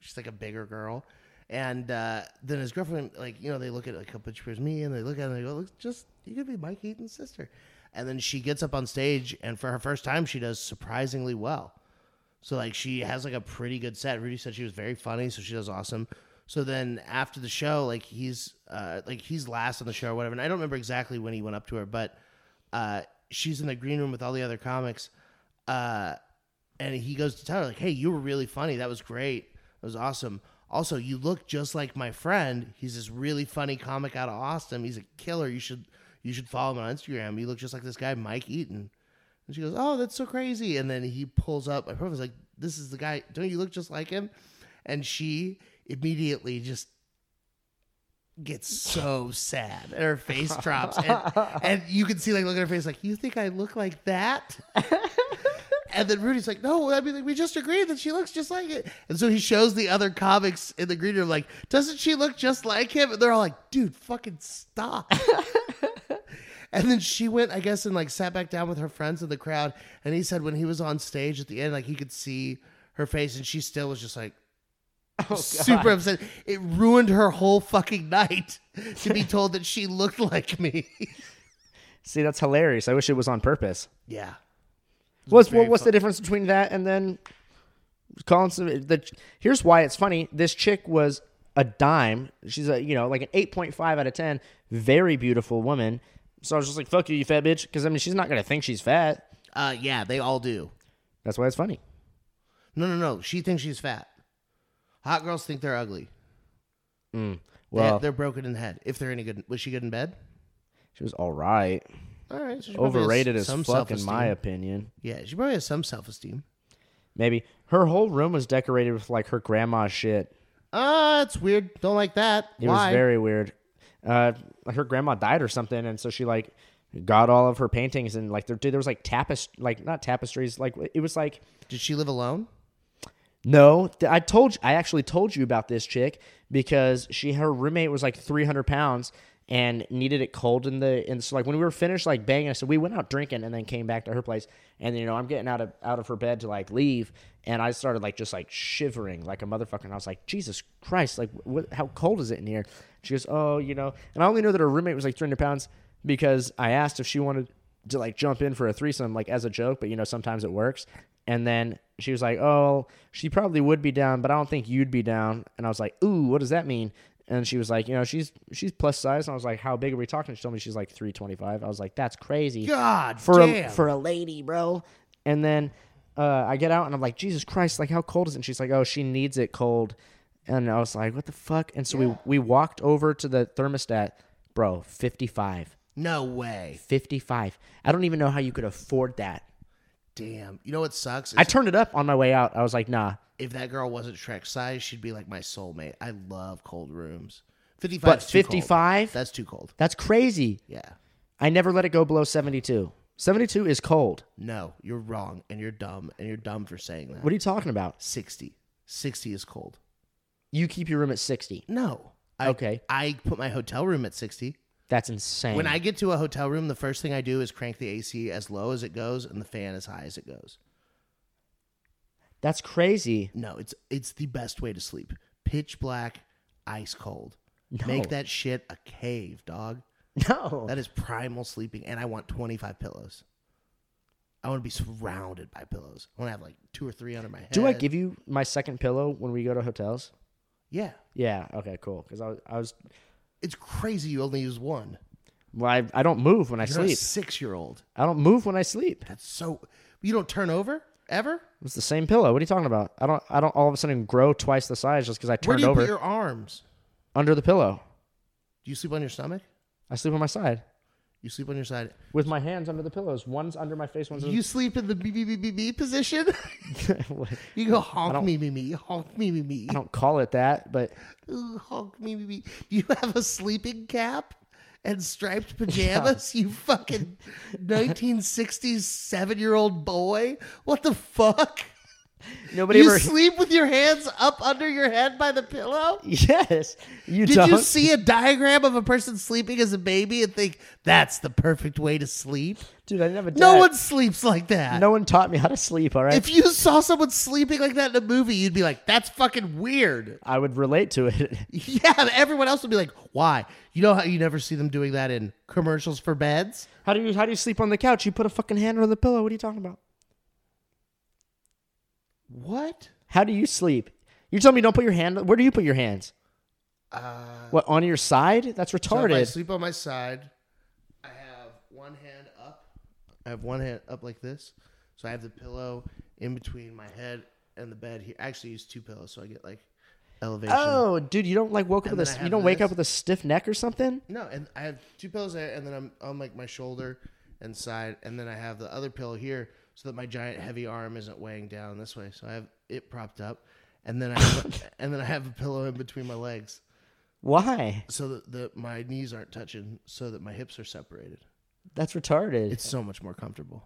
[SPEAKER 2] she's like a bigger girl. And uh, then his girlfriend, like, you know, they look at like a picture of me and they look at it and they go, look, just, you could be Mike Eaton's sister. And then she gets up on stage and for her first time, she does surprisingly well. So like she has like a pretty good set. Rudy said she was very funny, so she does awesome. So then after the show, like he's uh like he's last on the show or whatever. And I don't remember exactly when he went up to her, but uh she's in the green room with all the other comics. Uh and he goes to tell her, like, hey, you were really funny. That was great. That was awesome. Also, you look just like my friend. He's this really funny comic out of Austin. He's a killer. You should you should follow him on Instagram. You look just like this guy, Mike Eaton. And she goes, "Oh, that's so crazy!" And then he pulls up. My profile's like, "This is the guy. Don't you look just like him?" And she immediately just gets so sad, and her face drops, and, and you can see like look at her face, like, "You think I look like that?" And then Rudy's like, no, I mean, like, we just agreed that she looks just like it. And so he shows the other comics in the green room, like, doesn't she look just like him? And they're all like, dude, fucking stop. and then she went, I guess, and like sat back down with her friends in the crowd. And he said when he was on stage at the end, like he could see her face, and she still was just like, super upset. It ruined her whole fucking night to be told that she looked like me.
[SPEAKER 1] See, that's hilarious. I wish it was on purpose.
[SPEAKER 2] yeah.
[SPEAKER 1] What's
[SPEAKER 2] very
[SPEAKER 1] what, what's the difference between that and then calling some? The here's why it's funny. This chick was a dime. She's a you know like an eight point five out of ten. Very beautiful woman. So I was just like, "Fuck you, you fat bitch," because I mean she's not gonna think she's fat.
[SPEAKER 2] Uh, yeah, they all do.
[SPEAKER 1] That's why it's funny.
[SPEAKER 2] No, no, no. She thinks she's fat. Hot girls think they're ugly.
[SPEAKER 1] Well,
[SPEAKER 2] they're, they're broken in the head. If they're any good, was she good in bed?
[SPEAKER 1] she was all right.
[SPEAKER 2] All right, so she probably has
[SPEAKER 1] Overrated as
[SPEAKER 2] some
[SPEAKER 1] fuck, in
[SPEAKER 2] self-esteem.
[SPEAKER 1] my opinion.
[SPEAKER 2] Yeah, she probably has some self esteem.
[SPEAKER 1] Maybe her whole room was decorated with like her grandma's shit.
[SPEAKER 2] Ah, it's weird. Don't like that.
[SPEAKER 1] It
[SPEAKER 2] Why?
[SPEAKER 1] was very weird. Uh, like her grandma died or something, and so she like got all of her paintings and like there, dude, there was like tapestry, like not tapestries, like it was like
[SPEAKER 2] Did she live alone?
[SPEAKER 1] no, th- I told you, I actually told you about this chick because she her roommate was like three hundred pounds and needed it cold in the and so like when we were finished like banging, so we went out drinking and then came back to her place and you know I'm getting out of out of her bed to like leave and I started like just like shivering like a motherfucker and I was like Jesus Christ like what how cold is it in here? She goes oh you know and I only know that her roommate was like three hundred pounds because I asked if she wanted to like jump in for a threesome like as a joke but you know sometimes it works and then she was like oh she probably would be down but i don't think you'd be down and i was like ooh what does that mean and she was like you know she's she's plus size and i was like how big are we talking she told me she's like 325 i was like that's crazy
[SPEAKER 2] God
[SPEAKER 1] for a
[SPEAKER 2] damn.
[SPEAKER 1] for a lady bro and then uh, i get out and i'm like jesus christ like how cold is it and she's like oh she needs it cold and i was like what the fuck and so we we walked over to the thermostat bro 55
[SPEAKER 2] no way.
[SPEAKER 1] 55. I don't even know how you could afford that.
[SPEAKER 2] Damn. You know what sucks?
[SPEAKER 1] I
[SPEAKER 2] Is
[SPEAKER 1] turned it up on my way out. I was like, nah.
[SPEAKER 2] if that girl wasn't Shrek size, she'd be like my soulmate. I love cold rooms. Fifty five.
[SPEAKER 1] But 55?
[SPEAKER 2] That's too cold.
[SPEAKER 1] That's crazy.
[SPEAKER 2] Yeah.
[SPEAKER 1] I never let it go below 72. 72 is cold.
[SPEAKER 2] No, you're wrong, and you're dumb, and you're dumb for saying that.
[SPEAKER 1] What are you talking about?
[SPEAKER 2] 60. 60 is cold.
[SPEAKER 1] You keep your room at 60.
[SPEAKER 2] No. I,
[SPEAKER 1] Okay.
[SPEAKER 2] I put my hotel room at 60.
[SPEAKER 1] That's insane.
[SPEAKER 2] When I get to a hotel room, the first thing I do is crank the AC as low as it goes and the fan as high as it goes.
[SPEAKER 1] That's crazy.
[SPEAKER 2] No, it's it's the best way to sleep. Pitch black, ice cold.
[SPEAKER 1] No.
[SPEAKER 2] Make that shit a cave, dog.
[SPEAKER 1] No.
[SPEAKER 2] That is primal sleeping and I want 25 pillows. I want to be surrounded by pillows. I want to have like two or three under my head.
[SPEAKER 1] Do I give you my second pillow when we go to hotels?
[SPEAKER 2] Yeah.
[SPEAKER 1] Yeah. Okay, cool. Because I was, I, was
[SPEAKER 2] It's crazy you only use one.
[SPEAKER 1] well, I, I don't move when I
[SPEAKER 2] You're a
[SPEAKER 1] sleep.
[SPEAKER 2] 6-year-old.
[SPEAKER 1] I don't move when I sleep.
[SPEAKER 2] That's so you don't turn over ever?
[SPEAKER 1] It's the same pillow. What are you talking about? I don't I don't all of a sudden grow twice the size just because I turned
[SPEAKER 2] Where do you
[SPEAKER 1] over
[SPEAKER 2] put your arms?
[SPEAKER 1] under the pillow.
[SPEAKER 2] Do you sleep on your stomach?
[SPEAKER 1] I sleep on my side.
[SPEAKER 2] You sleep on your side.
[SPEAKER 1] with my hands under the pillows. One's under my face, one's under
[SPEAKER 2] You sleep in the beep beep beep beep, beep position.
[SPEAKER 1] What?
[SPEAKER 2] you go honk me me me honk me me me
[SPEAKER 1] I don't call it that, but
[SPEAKER 2] Ooh, honk me me me. Do you have a sleeping cap and striped pajamas? You fucking nineteen sixties seven year old boy. What the fuck?
[SPEAKER 1] Nobody
[SPEAKER 2] You
[SPEAKER 1] ever.
[SPEAKER 2] sleep with your hands up under your head by the pillow?
[SPEAKER 1] yes, you
[SPEAKER 2] Did
[SPEAKER 1] don't.
[SPEAKER 2] you see a diagram of a person sleeping as a baby and think that's the perfect way to sleep?
[SPEAKER 1] Dude, I never did.
[SPEAKER 2] No one sleeps like that.
[SPEAKER 1] No one taught me how to sleep. All right,
[SPEAKER 2] If you saw someone sleeping like that in a movie, you'd be like, that's fucking weird.
[SPEAKER 1] I would relate to it.
[SPEAKER 2] Yeah, but everyone else would be like, why? You know how you never see them doing that in commercials for beds?
[SPEAKER 1] How do you how do you sleep on the couch? You put a fucking hand on the pillow. What are you talking about?
[SPEAKER 2] What?
[SPEAKER 1] How do you sleep? You tell me you don't put your hand. Where do you put your hands? what on your side? That's
[SPEAKER 2] Uh, So if I
[SPEAKER 1] retarded.
[SPEAKER 2] sleep on my side, I have one hand up. I have one hand up like this. So I have the pillow in between my head and the bed here. I actually use two pillows, so I get like elevation.
[SPEAKER 1] oh, dude, you don't like woke up
[SPEAKER 2] And
[SPEAKER 1] with
[SPEAKER 2] then
[SPEAKER 1] a
[SPEAKER 2] I
[SPEAKER 1] you
[SPEAKER 2] have
[SPEAKER 1] don't wake
[SPEAKER 2] this.
[SPEAKER 1] up with a stiff neck or something.
[SPEAKER 2] No, and I have two pillows there, and then I'm on like my shoulder and side, and then I have the other pillow here so that my giant heavy arm isn't weighing down this way. So I have it propped up, and then I have, and then I have a pillow in between my legs
[SPEAKER 1] Why?
[SPEAKER 2] so that the, my knees aren't touching, so that my hips are separated.
[SPEAKER 1] That's retarded.
[SPEAKER 2] It's so much more comfortable.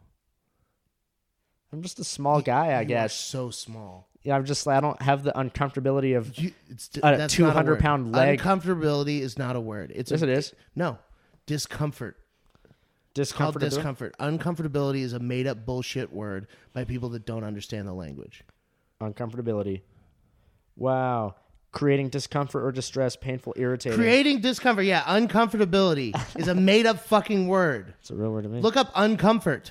[SPEAKER 1] I'm just a small guy, I
[SPEAKER 2] You are
[SPEAKER 1] guess.
[SPEAKER 2] so small.
[SPEAKER 1] Yeah, I'm just I don't have the uncomfortability of.
[SPEAKER 2] You, it's d-
[SPEAKER 1] A
[SPEAKER 2] that's not
[SPEAKER 1] 200
[SPEAKER 2] word.
[SPEAKER 1] pound leg.
[SPEAKER 2] Uncomfortability is not a word. It's
[SPEAKER 1] Yes,
[SPEAKER 2] a,
[SPEAKER 1] it is.
[SPEAKER 2] No, discomfort. Called
[SPEAKER 1] Discomfort. of the-
[SPEAKER 2] discomfort. Uncomfortability is a made up bullshit word by people that don't understand the language.
[SPEAKER 1] uncomfortability. Wow. Creating discomfort or distress, painful, irritating.
[SPEAKER 2] Creating discomfort. Yeah, uncomfortability is a made up fucking word.
[SPEAKER 1] it's a real word to me.
[SPEAKER 2] Look up uncomfort.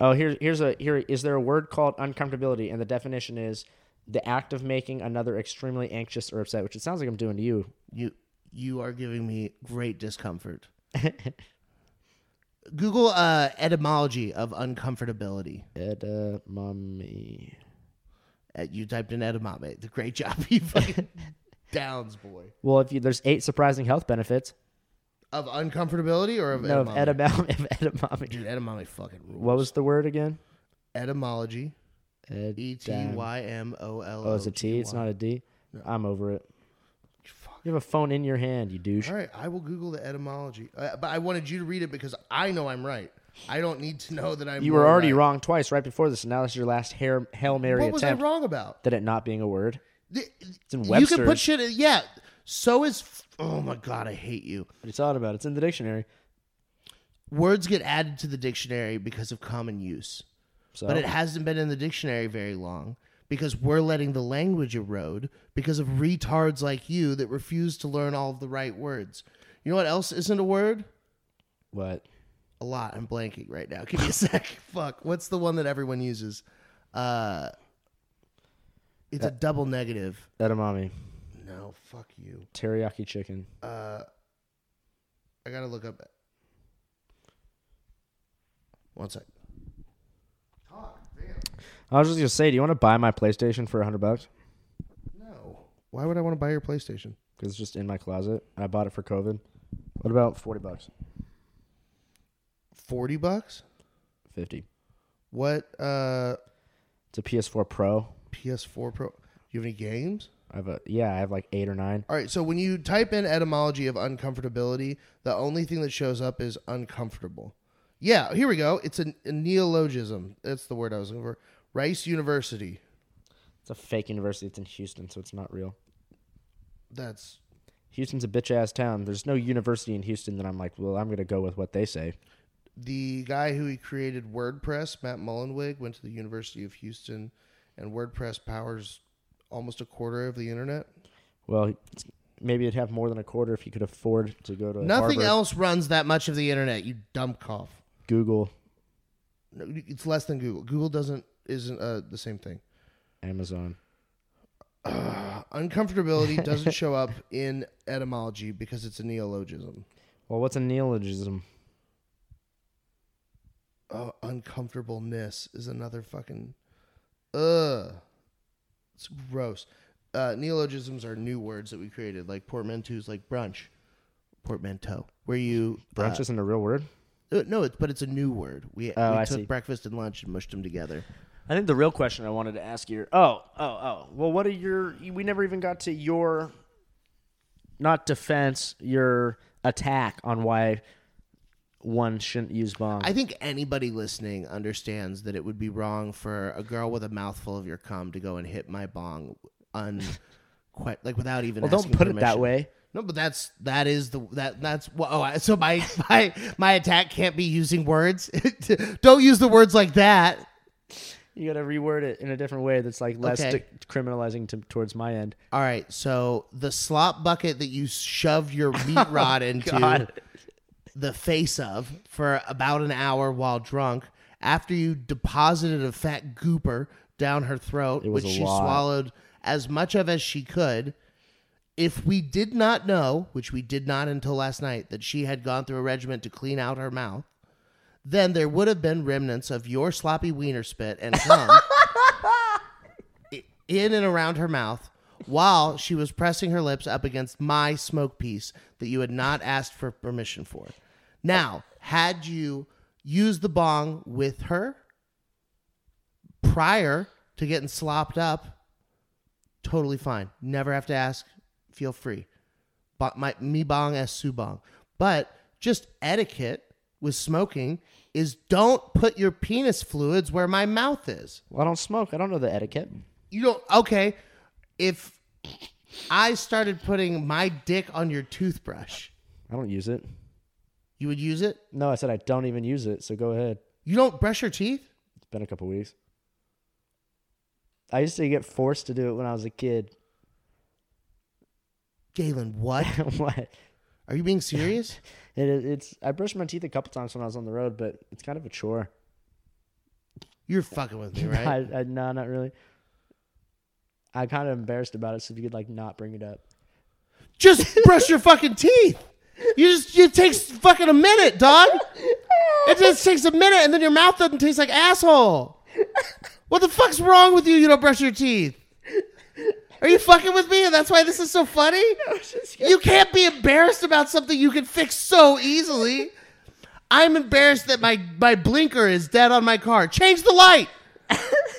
[SPEAKER 1] Oh, here's here's a here is there a word called uncomfortability, and the definition is the act of making another extremely anxious or upset, which it sounds like I'm doing to you.
[SPEAKER 2] You you are giving me great discomfort. Google uh, etymology of uncomfortability.
[SPEAKER 1] Edamame.
[SPEAKER 2] Uh, you typed in edamame. The great job you fucking downs boy
[SPEAKER 1] Well, if you, there's eight surprising health benefits
[SPEAKER 2] of uncomfortability or of
[SPEAKER 1] no, of
[SPEAKER 2] edamame.
[SPEAKER 1] edamame. Of edamame.
[SPEAKER 2] Dude, edamame fucking rules.
[SPEAKER 1] What was the word again?
[SPEAKER 2] etymology?
[SPEAKER 1] Ed-
[SPEAKER 2] E T Y M O L.
[SPEAKER 1] oh, it's a T. It's not a D. I'm over it.
[SPEAKER 2] Fuck.
[SPEAKER 1] You have a phone in your hand, you douche.
[SPEAKER 2] All right, I will Google the etymology, uh, but I wanted you to read it because I know I'm right. I don't need to know that I'm.
[SPEAKER 1] You were already wrong twice right before this, and now this is your last hair, Hail Mary
[SPEAKER 2] What was I
[SPEAKER 1] attempt
[SPEAKER 2] wrong about?
[SPEAKER 1] that it not being a word.
[SPEAKER 2] The-
[SPEAKER 1] in
[SPEAKER 2] you can put
[SPEAKER 1] Webster's.
[SPEAKER 2] shit. in- Yeah. So is. f- Oh my god, I hate you.
[SPEAKER 1] What are you talking about? It's in the dictionary.
[SPEAKER 2] Words get added to the dictionary because of common use.
[SPEAKER 1] So.
[SPEAKER 2] but it hasn't been in the dictionary very long because we're letting the language erode because of retards like you that refuse to learn all of the right words. You know what else isn't a word?
[SPEAKER 1] what?
[SPEAKER 2] A lot. I'm blanking right now. Give me a sec. Fuck. What's the one that everyone uses? Uh, it's a double negative.
[SPEAKER 1] Edamame.
[SPEAKER 2] No, fuck you. Uh,
[SPEAKER 1] Teriyaki chicken.
[SPEAKER 2] I gotta look up. One sec. Talk. Damn.
[SPEAKER 1] I was just gonna say, do you want to buy my PlayStation for hundred bucks?
[SPEAKER 2] No. Why would I want to buy your PlayStation?
[SPEAKER 1] Because it's just in my closet, and I bought it for COVID. What about forty bucks?
[SPEAKER 2] Forty bucks.
[SPEAKER 1] Fifty.
[SPEAKER 2] What uh
[SPEAKER 1] It's a PS4 Pro.
[SPEAKER 2] PS4 Pro? You have any games?
[SPEAKER 1] I have a yeah, I have like eight or nine.
[SPEAKER 2] All right, so when you type in etymology of uncomfortability, the only thing that shows up is uncomfortable. Yeah, here we go. It's a, a neologism. That's the word I was looking for. Rice University.
[SPEAKER 1] It's a fake university. It's in Houston, so it's not real.
[SPEAKER 2] That's
[SPEAKER 1] Houston's a bitch ass town. There's no university in Houston that I'm like, well, I'm gonna go with what they say.
[SPEAKER 2] the guy who he created WordPress, Matt Mullenweg, went to the University of Houston, and WordPress powers almost a quarter of the internet.
[SPEAKER 1] Well, it's- maybe it'd have more than a quarter if you could afford to go to
[SPEAKER 2] Nothing
[SPEAKER 1] Harvard,
[SPEAKER 2] else runs that much of the internet. You dumb cough.
[SPEAKER 1] Google,
[SPEAKER 2] No, it's less than Google. Google doesn't isn't uh, the same thing.
[SPEAKER 1] Amazon.
[SPEAKER 2] Uncomfortability doesn't show up in etymology because it's a neologism.
[SPEAKER 1] Well, what's a neologism?
[SPEAKER 2] Oh, uncomfortableness is another fucking. Ugh. It's gross. Uh, neologisms are new words that we created, like portmanteaus, like brunch, portmanteau, where you
[SPEAKER 1] Brunch isn't a real word.
[SPEAKER 2] Uh, no, it's but it's a new word. We,
[SPEAKER 1] Oh,
[SPEAKER 2] we
[SPEAKER 1] I
[SPEAKER 2] took
[SPEAKER 1] see.
[SPEAKER 2] breakfast and lunch and mushed them together.
[SPEAKER 1] I think the real question I wanted to ask you. Oh, oh, oh. Well, what are your? We never even got to your, not defense, your attack on why one shouldn't use bong.
[SPEAKER 2] I think anybody listening understands that it would be wrong for a girl with a mouthful of your cum to go and hit my bong un quite like without even
[SPEAKER 1] well, don't
[SPEAKER 2] asking
[SPEAKER 1] put it that
[SPEAKER 2] permission.
[SPEAKER 1] way.
[SPEAKER 2] No, but that's that is the that that's well, oh, I- so my my my attack can't be using words. don't use the words like that.
[SPEAKER 1] You got to reword it in a different way that's like less
[SPEAKER 2] Okay.
[SPEAKER 1] de- criminalizing to, towards my end.
[SPEAKER 2] All right, so the slop bucket that you shoved your meat rod into
[SPEAKER 1] Oh, God.
[SPEAKER 2] the face of for about an hour while drunk, after you deposited a fat gooper down her throat,
[SPEAKER 1] was
[SPEAKER 2] which
[SPEAKER 1] a
[SPEAKER 2] she
[SPEAKER 1] lot.
[SPEAKER 2] swallowed as much of as she could. If we did not know, which we did not until last night, that she had gone through a regiment to clean out her mouth, then there would have been remnants of your sloppy wiener spit and cum i- in and around her mouth while she was pressing her lips up against my smoke piece that you had not asked for permission for. Now, had you used the bong with her prior to getting slopped up, totally fine. Never have to ask. Feel free. But my me bong as su bong. But just etiquette with smoking is don't put your penis fluids where my mouth is.
[SPEAKER 1] Well, I don't smoke. I don't know the etiquette.
[SPEAKER 2] You don't. Okay, if I started putting my dick on your toothbrush,
[SPEAKER 1] I don't use it.
[SPEAKER 2] you would use it.
[SPEAKER 1] No, I said I don't even use it. So go ahead.
[SPEAKER 2] You don't brush your teeth.
[SPEAKER 1] It's been a couple weeks. I used to get forced to do it when I was a kid.
[SPEAKER 2] Galen, what?
[SPEAKER 1] what?
[SPEAKER 2] Are you being serious?
[SPEAKER 1] It, it's I brushed my teeth a couple times when I was on the road, but it's kind of a chore.
[SPEAKER 2] You're fucking with me, right?
[SPEAKER 1] I, I, no, not really. I kind of embarrassed about it, so if you could like not bring it up.
[SPEAKER 2] Just brush your fucking teeth. You just it takes fucking a minute, dog. It just takes a minute, and then your mouth doesn't taste like asshole. What the fuck's wrong with you? You don't brush your teeth. Are you fucking with me? And that's why this is so funny. You can't be embarrassed about something you can fix so easily. I'm embarrassed that my, my blinker is dead on my car. Change the light.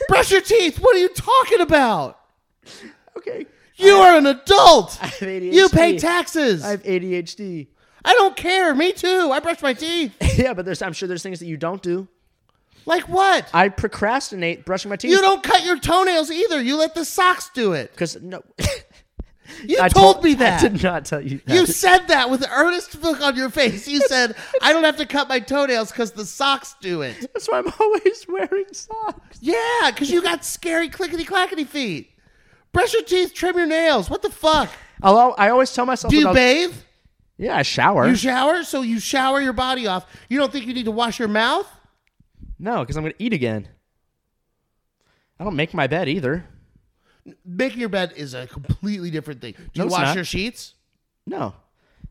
[SPEAKER 2] Brush your teeth. What are you talking about?
[SPEAKER 1] Okay.
[SPEAKER 2] You are an adult.
[SPEAKER 1] have
[SPEAKER 2] You pay
[SPEAKER 1] ADHD.
[SPEAKER 2] taxes.
[SPEAKER 1] I have ADHD.
[SPEAKER 2] I don't care. Me too. I brush my teeth.
[SPEAKER 1] yeah, but there's I'm sure there's things that you don't do.
[SPEAKER 2] Like what?
[SPEAKER 1] I procrastinate brushing my teeth.
[SPEAKER 2] You don't cut your toenails either. You let the socks do it.
[SPEAKER 1] because no.
[SPEAKER 2] You
[SPEAKER 1] I
[SPEAKER 2] told me that.
[SPEAKER 1] I did not tell you. That.
[SPEAKER 2] You said that with an earnest look on your face. You said, I don't have to cut my toenails because the socks do it.
[SPEAKER 1] That's why I'm always wearing socks.
[SPEAKER 2] Yeah, because you got scary clickety clackety feet. Brush your teeth, trim your nails. What the fuck?
[SPEAKER 1] Although I always tell myself.
[SPEAKER 2] Do you
[SPEAKER 1] about-
[SPEAKER 2] bathe?
[SPEAKER 1] Yeah, I shower.
[SPEAKER 2] You shower? So you shower your body off. You don't think you need to wash your mouth?
[SPEAKER 1] no, because I'm gonna eat again. I don't make my bed either.
[SPEAKER 2] Making your bed is a completely different thing. Do
[SPEAKER 1] No,
[SPEAKER 2] you
[SPEAKER 1] it's
[SPEAKER 2] wash
[SPEAKER 1] not.
[SPEAKER 2] your sheets?
[SPEAKER 1] No,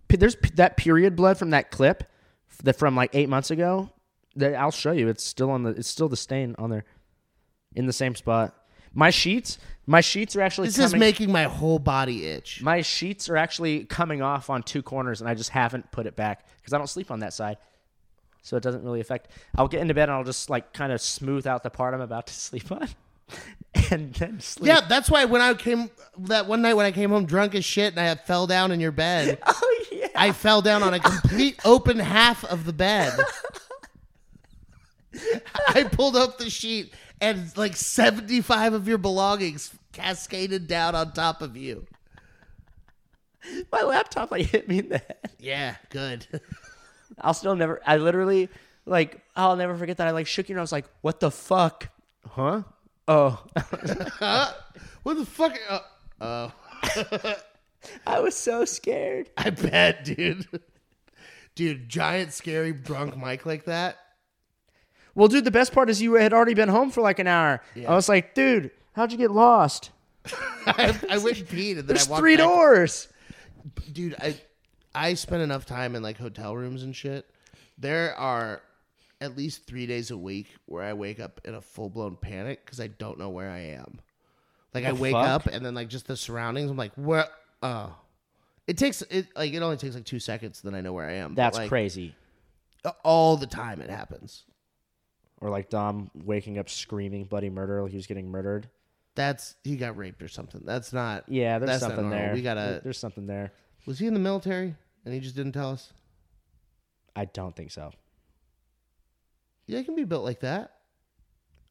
[SPEAKER 1] P- there's p- that period blood from that clip, f- that from like eight months ago. That I'll show you. It's still on the. It's still the stain on there, in the same spot. My sheets. My sheets are actually.
[SPEAKER 2] This is
[SPEAKER 1] coming,
[SPEAKER 2] making my whole body itch.
[SPEAKER 1] my sheets are actually coming off on two corners, and I just haven't put it back because I don't sleep on that side, so it doesn't really affect. I'll get into bed and I'll just like kind of smooth out the part I'm about to sleep on, and then sleep.
[SPEAKER 2] Yeah, that's why when I came that one night when I came home drunk as shit and I fell down in your bed,
[SPEAKER 1] Oh yeah.
[SPEAKER 2] I fell down on a complete open half of the bed. I pulled up the sheet and like 75 of your belongings cascaded down on top of you.
[SPEAKER 1] My laptop like hit me in the head.
[SPEAKER 2] Yeah, good.
[SPEAKER 1] I'll still never. I literally like I'll never forget that. I like shook you and I was like, "What the fuck, huh?" Oh,
[SPEAKER 2] what the fuck? Uh,
[SPEAKER 1] I was so scared.
[SPEAKER 2] I bet, dude. Dude, giant, scary, drunk Mike like that.
[SPEAKER 1] Well, dude, the best part is you had already been home for like an hour. I was like, "Dude, how'd you get lost?"
[SPEAKER 2] I, I went and peed and then
[SPEAKER 1] There's
[SPEAKER 2] I walked
[SPEAKER 1] three
[SPEAKER 2] back
[SPEAKER 1] doors.
[SPEAKER 2] dude i i spend enough time in like hotel rooms and shit there are at least three days a week where i wake up in a full-blown panic because i don't know where i am like i wake
[SPEAKER 1] fuck?
[SPEAKER 2] up and then like just the surroundings i'm like where oh it takes it like it only takes like two seconds then i know where i am but,
[SPEAKER 1] That's
[SPEAKER 2] like,
[SPEAKER 1] crazy.
[SPEAKER 2] all the time it happens
[SPEAKER 1] Or like Dom waking up screaming bloody murder, like he was getting murdered.
[SPEAKER 2] that's he got raped or something that's not
[SPEAKER 1] Yeah, there's
[SPEAKER 2] That's not
[SPEAKER 1] something
[SPEAKER 2] normal.
[SPEAKER 1] there.
[SPEAKER 2] We gotta-
[SPEAKER 1] There- There's something there.
[SPEAKER 2] was he in the military and he just didn't tell us
[SPEAKER 1] I don't think so.
[SPEAKER 2] Yeah, it can be built like that.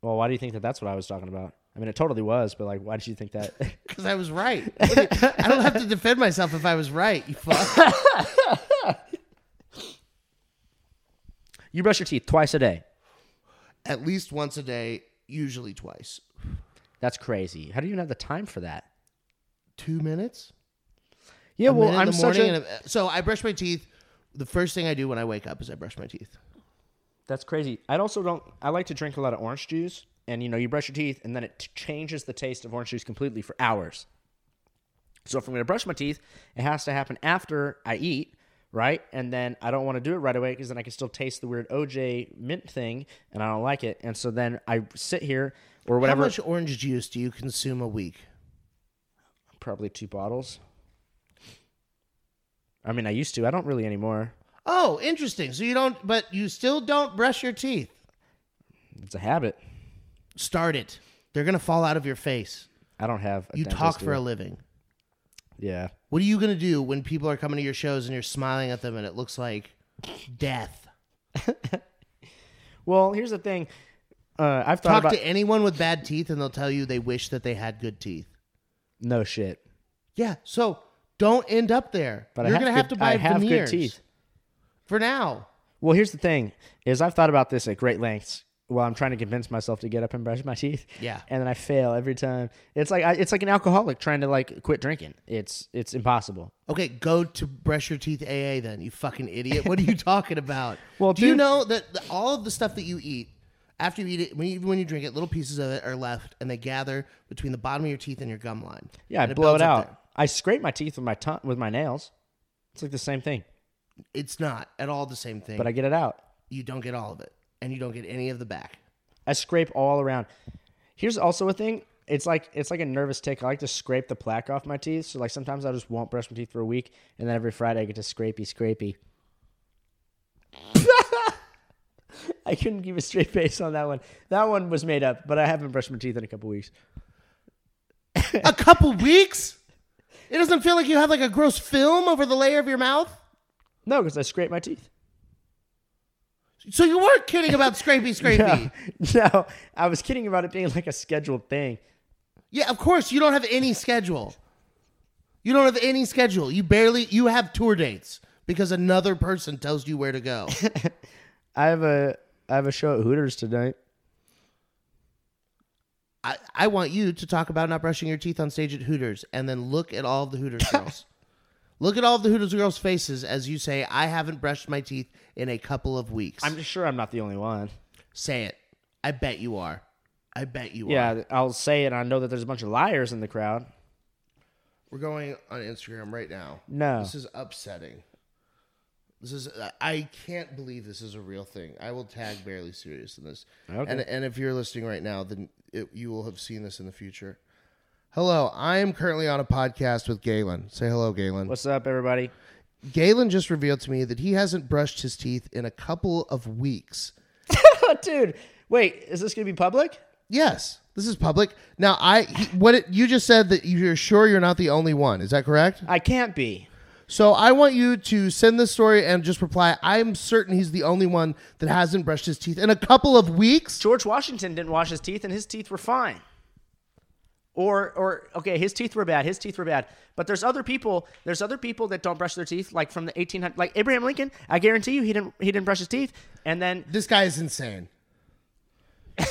[SPEAKER 1] Well, why do you think that that's what I was talking about? I mean, it totally was, but like, why did you think that?
[SPEAKER 2] Because I was right. I don't have to defend myself if I was right, you fuck.
[SPEAKER 1] you brush your teeth twice a day.
[SPEAKER 2] At least once a day, usually twice.
[SPEAKER 1] That's crazy. How do you even have the time for that?
[SPEAKER 2] Two minutes?
[SPEAKER 1] Yeah,
[SPEAKER 2] A
[SPEAKER 1] well,
[SPEAKER 2] minute in
[SPEAKER 1] I'm
[SPEAKER 2] the
[SPEAKER 1] such
[SPEAKER 2] morning
[SPEAKER 1] a.
[SPEAKER 2] and a- so I brush my teeth. The first thing I do when I wake up is I brush my teeth.
[SPEAKER 1] That's crazy. I also don't. I like to drink a lot of orange juice, and you know, you brush your teeth, and then it t- changes the taste of orange juice completely for hours. So if I'm going to brush my teeth, it has to happen after I eat, right? And then I don't want to do it right away because then I can still taste the weird OJ mint thing, and I don't like it. And so then I sit here or
[SPEAKER 2] How
[SPEAKER 1] whatever,
[SPEAKER 2] much orange juice do you consume a week?
[SPEAKER 1] probably two bottles. I mean, I used to. I don't really anymore.
[SPEAKER 2] Oh, interesting. So you don't, but you still don't brush your teeth.
[SPEAKER 1] It's a habit.
[SPEAKER 2] Start it. They're gonna fall out of your face.
[SPEAKER 1] I don't have. A
[SPEAKER 2] You
[SPEAKER 1] dentist
[SPEAKER 2] talk for a
[SPEAKER 1] either.
[SPEAKER 2] living.
[SPEAKER 1] yeah.
[SPEAKER 2] What are you gonna do when people are coming to your shows and you're smiling at them and it looks like death?
[SPEAKER 1] Well, here's the thing. Uh, I've thought
[SPEAKER 2] Talk
[SPEAKER 1] about
[SPEAKER 2] to anyone with bad teeth and they'll tell you they wish that they had good teeth.
[SPEAKER 1] no shit.
[SPEAKER 2] Yeah. So don't end up there.
[SPEAKER 1] But
[SPEAKER 2] You're
[SPEAKER 1] I have
[SPEAKER 2] gonna
[SPEAKER 1] good,
[SPEAKER 2] have to buy
[SPEAKER 1] I have
[SPEAKER 2] veneers
[SPEAKER 1] good teeth.
[SPEAKER 2] for now.
[SPEAKER 1] Well, here's the thing: is I've thought about this at great lengths while I'm trying to convince myself to get up and brush my teeth.
[SPEAKER 2] Yeah.
[SPEAKER 1] and then I fail every time. It's like I, it's like an alcoholic trying to like quit drinking. It's it's impossible.
[SPEAKER 2] Okay, go to brush your teeth AA then, you fucking idiot. What are you talking about?
[SPEAKER 1] Well,
[SPEAKER 2] do you
[SPEAKER 1] dude-
[SPEAKER 2] know that the, all of the stuff that you eat after you eat it, when you, when you drink it, little pieces of it are left and they gather between the bottom of your teeth and your gum line.
[SPEAKER 1] Yeah, I
[SPEAKER 2] And
[SPEAKER 1] blow it
[SPEAKER 2] builds up
[SPEAKER 1] out.
[SPEAKER 2] there.
[SPEAKER 1] I scrape my teeth with my tongue with my nails. It's like the same thing,
[SPEAKER 2] It's not at all the same thing.
[SPEAKER 1] but I get it out.
[SPEAKER 2] you don't get all of it and you don't get any of the back.
[SPEAKER 1] I scrape all around. Here's also a thing. It's like it's like a nervous tick. I like to scrape the plaque off my teeth. So like sometimes I just won't brush my teeth for a week, and then every Friday I get to scrapey scrapey. I couldn't give a straight face on that one. That one was made up, but I haven't brushed my teeth in a couple weeks.
[SPEAKER 2] a couple weeks? It doesn't feel like you have like a gross film over the layer of your mouth?
[SPEAKER 1] No, because I scrape my teeth.
[SPEAKER 2] So you weren't kidding about scrapey scrapey.
[SPEAKER 1] No, no, I was kidding about it being like a scheduled thing.
[SPEAKER 2] Yeah, of course. You don't have any schedule. You don't have any schedule. You barely you have tour dates because another person tells you where to go.
[SPEAKER 1] I have a I have a show at Hooters tonight.
[SPEAKER 2] I, I want you to talk about not brushing your teeth on stage at Hooters and then look at all of the Hooters girls. Look at all of the Hooters girls' faces as you say, I haven't brushed my teeth in a couple of weeks.
[SPEAKER 1] I'm sure I'm not the only one.
[SPEAKER 2] say it. I bet you are. I bet you are.
[SPEAKER 1] Yeah, I'll say it. I know that there's a bunch of liars in the crowd.
[SPEAKER 2] We're going on Instagram right now.
[SPEAKER 1] No.
[SPEAKER 2] This is upsetting. This is I can't believe this is a real thing. I will tag barely serious in this.
[SPEAKER 1] Okay.
[SPEAKER 2] And and if you're listening right now, then it, you will have seen this in the future. Hello, I am currently on a podcast with Galen. Say hello, Galen.
[SPEAKER 1] What's up, everybody?
[SPEAKER 2] Galen just revealed to me that he hasn't brushed his teeth in a couple of weeks.
[SPEAKER 1] Oh, Dude, wait, is this gonna be public?
[SPEAKER 2] Yes, this is public. Now, I he, what it, you just said that you're sure you're not the only one. Is that correct?
[SPEAKER 1] I can't be.
[SPEAKER 2] So I want you to send this story and just reply. I'm certain he's the only one that hasn't brushed his teeth in a couple of weeks.
[SPEAKER 1] George Washington didn't wash his teeth, and his teeth were fine. Or, or okay, his teeth were bad. His teeth were bad. But there's other people. There's other people that don't brush their teeth, like from the 1800s, like Abraham Lincoln. I guarantee you, he didn't. He didn't brush his teeth, and then
[SPEAKER 2] This guy is insane.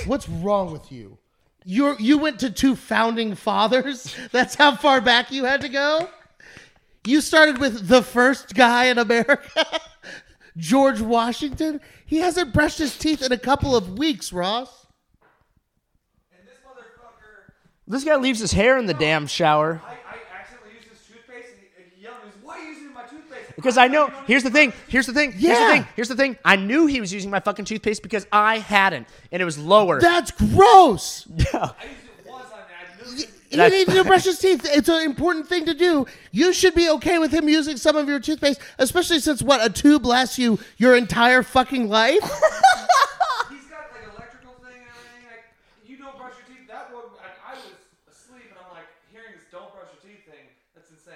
[SPEAKER 2] What's wrong with you? You you went to two founding fathers. That's how far back you had to go. You started with the first guy in America, George Washington. He hasn't brushed his teeth in a couple of weeks, Ross.
[SPEAKER 3] And this motherfucker,
[SPEAKER 1] this guy leaves his hair in the damn shower.
[SPEAKER 3] I, I accidentally used his toothpaste and he, and he yelled, at me, Why are you using my toothpaste?
[SPEAKER 1] Because I know. Here's the thing. Here's the thing. Here's the
[SPEAKER 2] Yeah.
[SPEAKER 1] thing. Here's the thing. I knew he was using my fucking toothpaste because I hadn't, and it was lower.
[SPEAKER 2] That's gross.
[SPEAKER 3] I used it once on that. I knew
[SPEAKER 2] He
[SPEAKER 1] That's-
[SPEAKER 2] needed to brush his teeth. It's an important thing to do. You should be okay with him using some of your toothpaste, especially since what a tube lasts you your entire fucking life.
[SPEAKER 3] he's got like electrical thing and everything. Like, you don't brush your teeth. That one, I, I was asleep and I'm like hearing this don't brush your teeth thing. That's insane.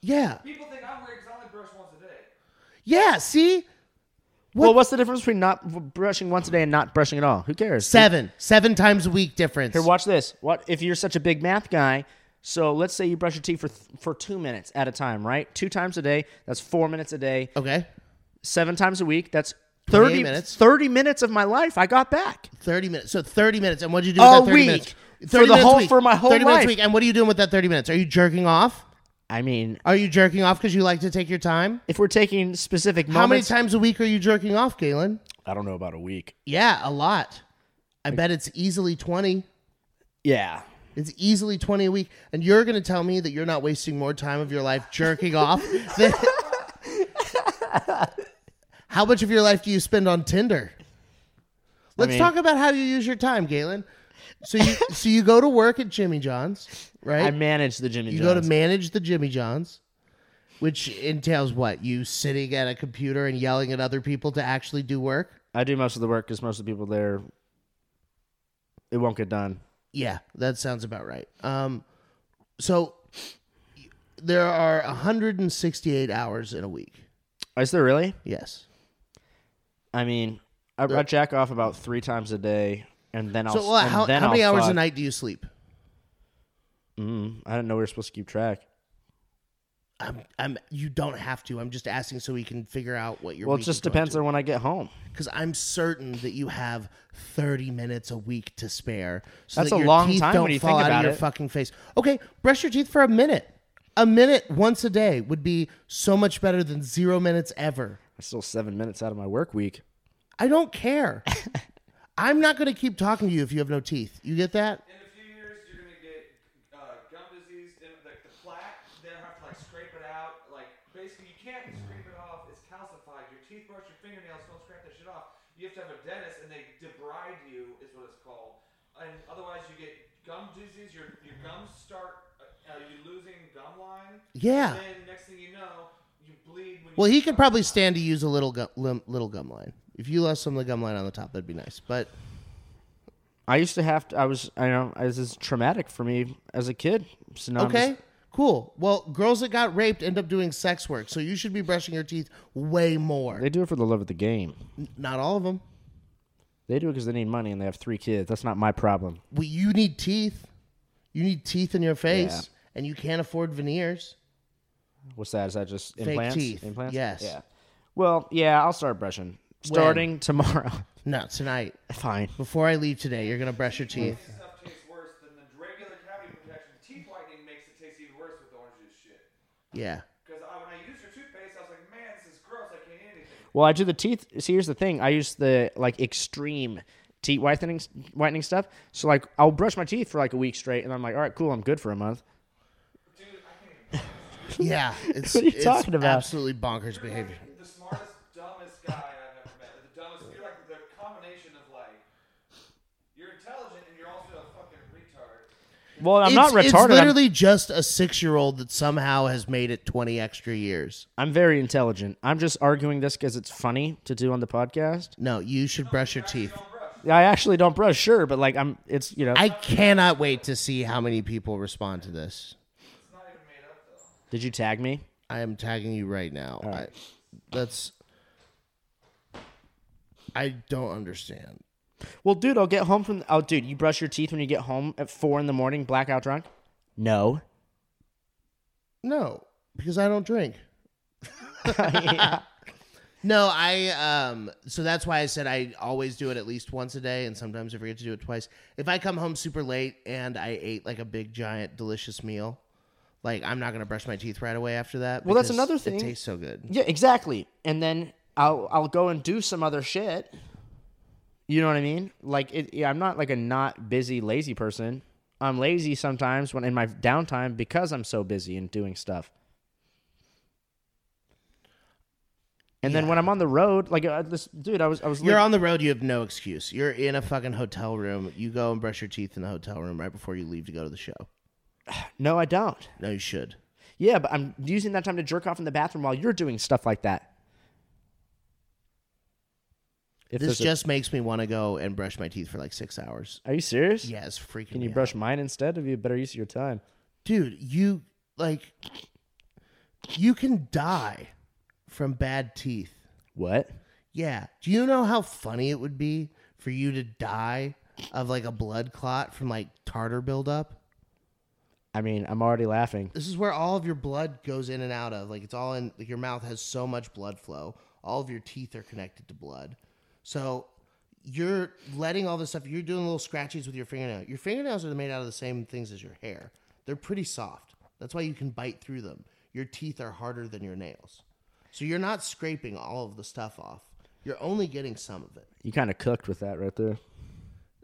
[SPEAKER 2] yeah,
[SPEAKER 3] People think I'm weird because I only brush once a day.
[SPEAKER 2] yeah. See,
[SPEAKER 1] Well, what's the difference between not brushing once a day and not brushing at all? Who cares?
[SPEAKER 2] Seven. Seven times a week difference.
[SPEAKER 1] Here, watch this. What if you're such a big math guy? So let's say you brush your teeth for th- for two minutes at a time, right? Two times a day. That's four minutes a day.
[SPEAKER 2] Okay.
[SPEAKER 1] Seven times a week. That's
[SPEAKER 2] 28
[SPEAKER 1] 30
[SPEAKER 2] minutes.
[SPEAKER 1] minutes. 30 minutes of my life I got back.
[SPEAKER 2] 30 minutes. So 30 minutes. And what did you do
[SPEAKER 1] A
[SPEAKER 2] with that 30
[SPEAKER 1] week.
[SPEAKER 2] minutes?
[SPEAKER 1] For the
[SPEAKER 2] minutes a
[SPEAKER 1] whole-
[SPEAKER 2] week.
[SPEAKER 1] for my whole
[SPEAKER 2] 30 minutes a
[SPEAKER 1] life.
[SPEAKER 2] week. And what are you doing with that 30 minutes? Are you jerking off?
[SPEAKER 1] I mean,
[SPEAKER 2] Are you jerking off because you like to take your time?
[SPEAKER 1] if we're taking specific
[SPEAKER 2] How many
[SPEAKER 1] moments,
[SPEAKER 2] times a week are you jerking off, Galen?
[SPEAKER 1] I don't know about a week.
[SPEAKER 2] Yeah, a lot. I bet it's easily 20.
[SPEAKER 1] Yeah.
[SPEAKER 2] It's easily 20 a week. And you're going to tell me that you're not wasting more time of your life jerking off than. how much of your life do you spend on Tinder? Let's
[SPEAKER 1] mean-
[SPEAKER 2] talk about how you use your time, Galen. So you so you go to work at Jimmy John's, right?
[SPEAKER 1] I manage the Jimmy
[SPEAKER 2] you
[SPEAKER 1] John's.
[SPEAKER 2] go to manage the Jimmy John's, which entails what? You sitting at a computer and yelling at other people to actually do work?
[SPEAKER 1] I do most of the work because most of the people there, it won't get done.
[SPEAKER 2] Yeah, that sounds about right. Um, so there are 168 hours in a week.
[SPEAKER 1] Is there really?
[SPEAKER 2] Yes.
[SPEAKER 1] I mean, I, I jack off about three times a day, and then I'll.
[SPEAKER 2] So well,
[SPEAKER 1] and
[SPEAKER 2] how,
[SPEAKER 1] then
[SPEAKER 2] how many
[SPEAKER 1] I'll
[SPEAKER 2] hours
[SPEAKER 1] fuck.
[SPEAKER 2] a night do you sleep?
[SPEAKER 1] Mm, I didn't know we were supposed to keep track.
[SPEAKER 2] I'm, I'm, you don't have to. I'm just asking so we can figure out what your.
[SPEAKER 1] Well, it just depends on when I get home.
[SPEAKER 2] because I'm certain that you have 30 minutes a week to spare. So
[SPEAKER 1] That's
[SPEAKER 2] that
[SPEAKER 1] a
[SPEAKER 2] your
[SPEAKER 1] long
[SPEAKER 2] teeth
[SPEAKER 1] time
[SPEAKER 2] don't
[SPEAKER 1] when you
[SPEAKER 2] fall
[SPEAKER 1] think
[SPEAKER 2] out of
[SPEAKER 1] about
[SPEAKER 2] your
[SPEAKER 1] it.
[SPEAKER 2] fucking face. Okay, brush your teeth for a minute. A minute once a day would be so much better than zero minutes ever.
[SPEAKER 1] I still seven minutes out of my work week.
[SPEAKER 2] I don't care. I'm not going to keep talking to you if you have no teeth. You get that?
[SPEAKER 3] In a few years, you're gonna get uh, gum disease, then like the plaque. They'll have to like scrape it out. Like basically, you can't scrape it off. It's calcified. Your toothbrush, your fingernails don't scrape that shit off. You have to have a dentist, and they debride you, is what it's called. And otherwise, you get gum disease. Your your gums start. Uh, you losing gum line.
[SPEAKER 2] Yeah.
[SPEAKER 3] And then next thing you know, you bleed. When
[SPEAKER 2] Well,
[SPEAKER 3] you
[SPEAKER 2] he could probably stand to use a little gum, lim, little gum line. If you lost some of the gum line on the top, that'd be nice. But
[SPEAKER 1] I used to have to. I was. I know. This is traumatic for me as a kid. So now I'm
[SPEAKER 2] okay,
[SPEAKER 1] just-
[SPEAKER 2] cool. Well, girls that got raped end up doing sex work, so you should be brushing your teeth way more.
[SPEAKER 1] they do it for the love of the game.
[SPEAKER 2] Not all of them.
[SPEAKER 1] They do it because they need money and they have three kids. That's not my problem.
[SPEAKER 2] Well, you need teeth. You need teeth in your face, and you can't afford veneers.
[SPEAKER 1] What's that? Is that just implants?
[SPEAKER 2] teeth,
[SPEAKER 1] Implants?
[SPEAKER 2] yes.
[SPEAKER 1] Yeah. Well, yeah. I'll start brushing starting tomorrow.
[SPEAKER 2] Not tonight.
[SPEAKER 1] Fine.
[SPEAKER 2] Before I leave today, you're gonna brush your teeth.
[SPEAKER 3] stuff tastes worse than the regular cavity protection. Teeth whitening makes it taste even worse with orange juice shit.
[SPEAKER 2] Yeah.
[SPEAKER 3] Because I, when I used her toothpaste, I was like, man, this is gross. I can't eat anything.
[SPEAKER 1] Well, I do the teeth. See, here's the thing. I use the like extreme teeth whitening whitening stuff. So like, I'll brush my teeth for like a week straight, and I'm like, all right, cool, I'm good for a month.
[SPEAKER 3] Dude, I can't even.
[SPEAKER 2] Yeah. It's,
[SPEAKER 1] What are you
[SPEAKER 2] it's
[SPEAKER 1] talking about?
[SPEAKER 2] Absolutely bonkers behavior.
[SPEAKER 3] The smartest, dumbest guy I've ever met. The dumbest. You're like the combination of like. You're intelligent and you're also a fucking retard.
[SPEAKER 1] Well, I'm not
[SPEAKER 2] it's,
[SPEAKER 1] retarded.
[SPEAKER 2] it's
[SPEAKER 1] I'm-
[SPEAKER 2] literally just a six year old that somehow has made it 20 extra years.
[SPEAKER 1] I'm, very intelligent. I'm just arguing this because it's funny to do on the podcast.
[SPEAKER 2] No, you should brush your teeth.
[SPEAKER 3] Don't brush.
[SPEAKER 1] I actually don't brush, sure, but like I'm. It's you know.
[SPEAKER 2] I cannot wait to see how many people respond to this.
[SPEAKER 3] It's not even made up though.
[SPEAKER 1] did you tag me?
[SPEAKER 2] I am tagging you right now. I, that's. I don't understand.
[SPEAKER 1] Well, dude, I'll get home from. Oh, dude, you brush your teeth when you get home at four in the morning, blackout drunk. No.
[SPEAKER 2] No, because I don't drink. No, I um so that's why I said I always do it at least once a day and sometimes I forget to do it twice. If I come home super late and I ate like a big giant delicious meal, like I'm not going to brush my teeth right away after that.
[SPEAKER 1] Well, that's
[SPEAKER 2] because
[SPEAKER 1] another
[SPEAKER 2] It
[SPEAKER 1] thing.
[SPEAKER 2] tastes so good.
[SPEAKER 1] Yeah, exactly. And then I'll I'll go and do some other shit. You know what I mean? Like it, yeah, I'm not like a not busy lazy person. I'm lazy sometimes when in my downtime because I'm so busy and doing stuff. And then when I'm on the road, like uh, this dude, I was I was
[SPEAKER 2] You're
[SPEAKER 1] lit-
[SPEAKER 2] on the road, you have no excuse. You're in a fucking hotel room. You go and brush your teeth in the hotel room right before you leave to go to the show.
[SPEAKER 1] no, I don't.
[SPEAKER 2] No, you should.
[SPEAKER 1] Yeah, but I'm using that time to jerk off in the bathroom while you're doing stuff like that. If
[SPEAKER 2] This
[SPEAKER 1] there's a-
[SPEAKER 2] just makes me want to go and brush my teeth for like 6 hours.
[SPEAKER 1] are you serious?
[SPEAKER 2] Yeah, it's freaking
[SPEAKER 1] Can
[SPEAKER 2] me
[SPEAKER 1] you
[SPEAKER 2] out.
[SPEAKER 1] brush mine instead? It'd be a better use of your time.
[SPEAKER 2] dude, you like you can die from bad teeth.
[SPEAKER 1] What?
[SPEAKER 2] Yeah. Do you know how funny it would be for you to die of like a blood clot from like tartar buildup?
[SPEAKER 1] I mean, I'm already laughing.
[SPEAKER 2] This is where all of your blood goes in and out of. Like it's all in like your mouth has so much blood flow. All of your teeth are connected to blood. So you're letting all this stuff you're doing little scratches with your fingernail. Your fingernails are made out of the same things as your hair. They're pretty soft. That's why you can bite through them. Your teeth are harder than your nails. So you're not scraping all of the stuff off. You're only getting some of it.
[SPEAKER 1] You kind of cooked with that right there.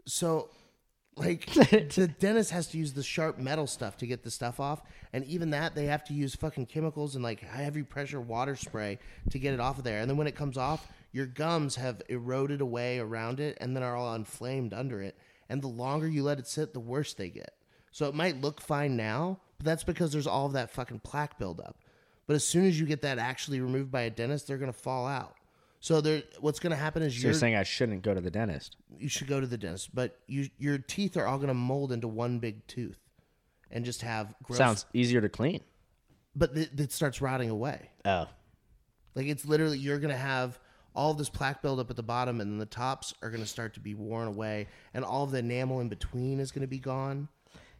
[SPEAKER 2] So, like, the dentist has to use the sharp metal stuff to get the stuff off, and even that they have to use fucking chemicals and like heavy pressure water spray to get it off of there. And then when it comes off, your gums have eroded away around it, and then are all inflamed under it. And the longer you let it sit, the worse they get. So it might look fine now, but that's because there's all of that fucking plaque buildup. But as soon as you get that actually removed by a dentist, they're gonna fall out. So there, what's gonna happen is
[SPEAKER 1] So you're
[SPEAKER 2] your
[SPEAKER 1] saying I shouldn't go to the dentist.
[SPEAKER 2] you should go to the dentist, but you your teeth are all going to mold into one big tooth and just have gross
[SPEAKER 1] Sounds easier to clean.
[SPEAKER 2] but th- it starts rotting away.
[SPEAKER 1] Oh.
[SPEAKER 2] Like it's literally you're going to have all this plaque buildup at the bottom and then the tops are going to start to be worn away and all of the enamel in between is going to be gone.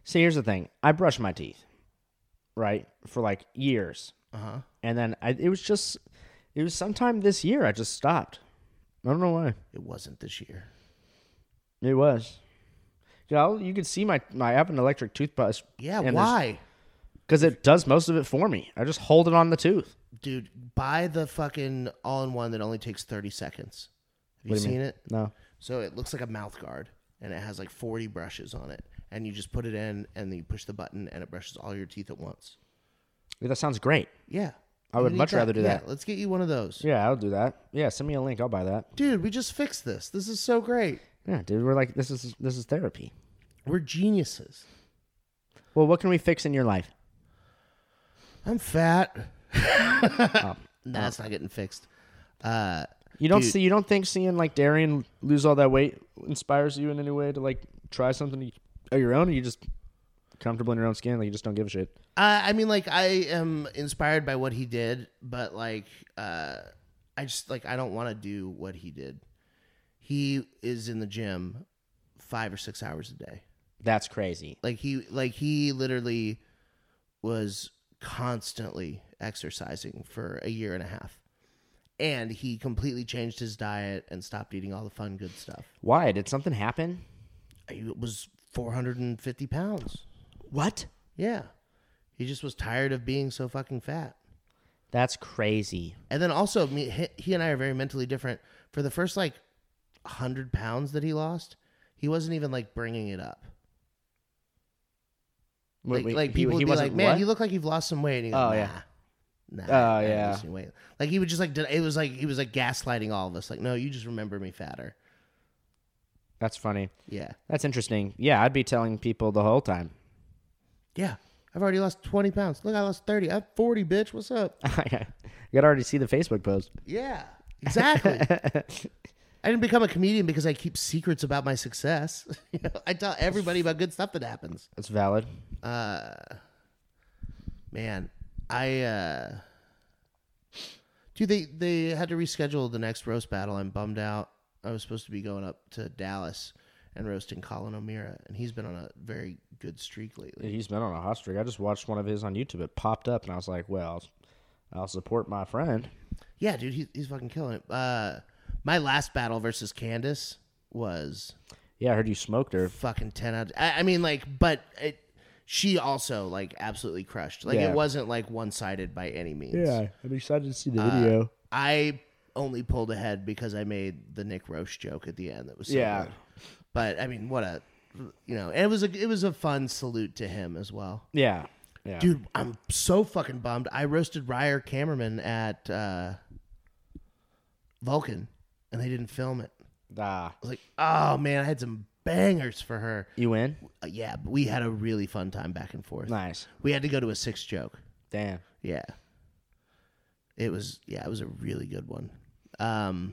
[SPEAKER 1] See, here's the thing. I brushed my teeth, right, for like years,
[SPEAKER 2] Uh-huh.
[SPEAKER 1] and then I, it was just, it was sometime this year. I just stopped. I don't know why.
[SPEAKER 2] It wasn't this year.
[SPEAKER 1] It was. You know, you could see my my. I have an electric toothbrush.
[SPEAKER 2] Yeah, why?
[SPEAKER 1] Because it does most of it for me. I just hold it on the tooth.
[SPEAKER 2] Dude, buy the fucking all-in-one that only takes 30 seconds. Have you
[SPEAKER 1] do you
[SPEAKER 2] seen
[SPEAKER 1] mean?
[SPEAKER 2] it?
[SPEAKER 1] No.
[SPEAKER 2] So it looks like a mouth guard and it has like 40 brushes on it. And you just put it in and then you push the button and it brushes all your teeth at once.
[SPEAKER 1] Yeah, that sounds great.
[SPEAKER 2] Yeah.
[SPEAKER 1] I
[SPEAKER 2] You
[SPEAKER 1] would
[SPEAKER 2] need
[SPEAKER 1] much rather do
[SPEAKER 2] Yeah,
[SPEAKER 1] that.
[SPEAKER 2] let's get you one of those.
[SPEAKER 1] Yeah, I'll do that. Yeah, send me a link. I'll buy that.
[SPEAKER 2] Dude, we just fixed this. This is so great.
[SPEAKER 1] Yeah, dude. We're like this is this is therapy.
[SPEAKER 2] We're geniuses.
[SPEAKER 1] Well, what can we fix in your life?
[SPEAKER 2] I'm fat.
[SPEAKER 1] Oh,
[SPEAKER 2] nah, it's not getting fixed. Uh,
[SPEAKER 1] You don't
[SPEAKER 2] Dude.
[SPEAKER 1] see. You don't think seeing like Darian lose all that weight inspires you in any way to like try something of your own? Or you just comfortable in your own skin, like you just don't give a shit.
[SPEAKER 2] I, I mean, like, I am inspired by what he did, but like, uh, I just like I don't want to do what he did. He is in the gym five or six hours a day.
[SPEAKER 1] That's crazy.
[SPEAKER 2] like he like he literally was constantly exercising for a year and a half and he completely changed his diet and stopped eating all the fun good stuff
[SPEAKER 1] Why did something happen?
[SPEAKER 2] it was 450 pounds
[SPEAKER 1] What?
[SPEAKER 2] yeah he just was tired of being so fucking fat
[SPEAKER 1] That's crazy.
[SPEAKER 2] and then also me he, he and i are very mentally different for the first like 100 pounds that he lost he wasn't even like bringing it up
[SPEAKER 1] Wait,
[SPEAKER 2] like,
[SPEAKER 1] wait,
[SPEAKER 2] like
[SPEAKER 1] he-
[SPEAKER 2] people
[SPEAKER 1] he,
[SPEAKER 2] would be
[SPEAKER 1] wasn't
[SPEAKER 2] like, "Man,
[SPEAKER 1] what?
[SPEAKER 2] you look like you've lost some weight." And he goes,
[SPEAKER 1] Oh,
[SPEAKER 2] nah,
[SPEAKER 1] yeah.
[SPEAKER 2] Nah,
[SPEAKER 1] Oh,
[SPEAKER 2] I didn't
[SPEAKER 1] yeah.
[SPEAKER 2] lose any weight." Like he would just like it was like he was like gaslighting all of us. Like, no, you just remember me fatter.
[SPEAKER 1] That's funny.
[SPEAKER 2] Yeah,
[SPEAKER 1] That's interesting. Yeah, I'd be telling people the whole time.
[SPEAKER 2] yeah. I've already lost twenty pounds. Look, I lost thirty. I'm forty, bitch. What's up?
[SPEAKER 1] I could already see the Facebook post.
[SPEAKER 2] Yeah, exactly. I didn't become a comedian because I keep secrets about my success. you know, I tell everybody about good stuff that happens.
[SPEAKER 1] That's valid.
[SPEAKER 2] uh man i uh dude they they had to reschedule the next roast battle i'm bummed out i was supposed to be going up to dallas and roasting colin o'meara and he's been on a very good streak lately
[SPEAKER 1] He's been on a hot streak. I just watched one of his on YouTube. It popped up, and I was like, "Well, I'll support my friend."
[SPEAKER 2] yeah dude he, he's fucking killing it uh my last battle versus candace was
[SPEAKER 1] Yeah, I heard you smoked her.
[SPEAKER 2] fucking 10 out of, I, I mean like but it she also like absolutely crushed like
[SPEAKER 1] Yeah.
[SPEAKER 2] it wasn't like one-sided by any means
[SPEAKER 1] I'm excited to see the
[SPEAKER 2] I only pulled ahead because I made the Nick Roche joke at the end. That was so
[SPEAKER 1] Yeah.
[SPEAKER 2] good. But I mean, what a you know, and it was a it was a fun salute to him as well.
[SPEAKER 1] yeah, yeah.
[SPEAKER 2] Dude, I'm so fucking bummed. I roasted Ryer Cameraman at uh, Vulcan, and they didn't film it. I
[SPEAKER 1] Ah,
[SPEAKER 2] was like, oh man, I had some bangers for her.
[SPEAKER 1] you win.
[SPEAKER 2] Uh, yeah, but we had a really fun time back and forth.
[SPEAKER 1] Nice.
[SPEAKER 2] We had to go to a six joke.
[SPEAKER 1] Damn.
[SPEAKER 2] Yeah. It was yeah, it was a really good one. Um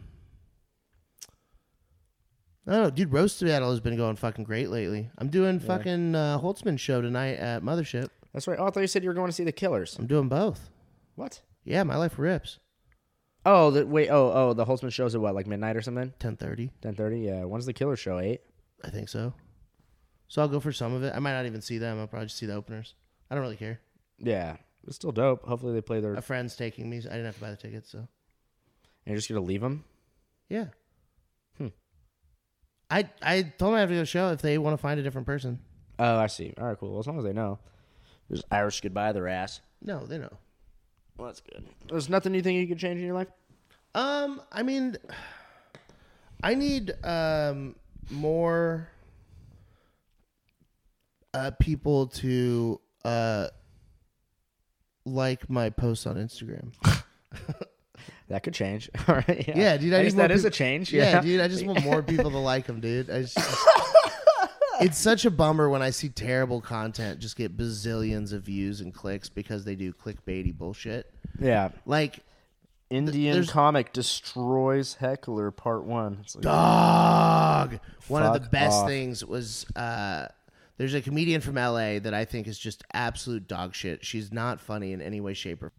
[SPEAKER 2] I don't know, dude. Roast Battle has been going fucking great lately. I'm doing fucking uh, Holtzman show tonight at Mothership.
[SPEAKER 1] That's right. Oh, I thought you said you were going to see the Killers.
[SPEAKER 2] I'm doing both.
[SPEAKER 1] What?
[SPEAKER 2] Yeah, my life rips.
[SPEAKER 1] Oh, the, wait. Oh, oh, the Holtzman show's at what, like midnight or something?
[SPEAKER 2] Ten thirty,
[SPEAKER 1] Ten thirty. Yeah. When's the Killer show? Eight.
[SPEAKER 2] I think so. So I'll go for some of it. I might not even see them. I'll probably just see the openers. I don't really care.
[SPEAKER 1] Yeah. It's still dope. Hopefully they play their.
[SPEAKER 2] A friend's taking me. I didn't have to buy the tickets, so
[SPEAKER 1] You're just gonna leave them.
[SPEAKER 2] yeah.
[SPEAKER 1] Hmm.
[SPEAKER 2] I I told them I have to go to the show if they want to find a different person.
[SPEAKER 1] Oh, I see. All right, cool. Well, as long as they know, just Irish goodbye their ass.
[SPEAKER 2] No, they know.
[SPEAKER 1] Well, that's good. There's nothing you think you could change in your life.
[SPEAKER 2] Um, I mean, I need um more uh people to uh like my posts on Instagram.
[SPEAKER 1] That could change. All right. Yeah,
[SPEAKER 2] Yeah, dude, I
[SPEAKER 1] At
[SPEAKER 2] need
[SPEAKER 1] least
[SPEAKER 2] more
[SPEAKER 1] that is
[SPEAKER 2] peop-
[SPEAKER 1] a change.
[SPEAKER 2] Yeah,
[SPEAKER 1] Yeah,
[SPEAKER 2] dude, I just want more people to like them, dude. I just, it's such a bummer when I see terrible content just get bazillions of views and clicks because they do clickbaity bullshit.
[SPEAKER 1] Yeah.
[SPEAKER 2] Like,
[SPEAKER 1] Indian
[SPEAKER 2] there's-
[SPEAKER 1] comic destroys heckler part one. It's like,
[SPEAKER 2] dog. One of the
[SPEAKER 1] Fuck
[SPEAKER 2] best
[SPEAKER 1] off.
[SPEAKER 2] things was uh, there's a comedian from LA that I think is just absolute dog shit. She's not funny in any way, shape, or.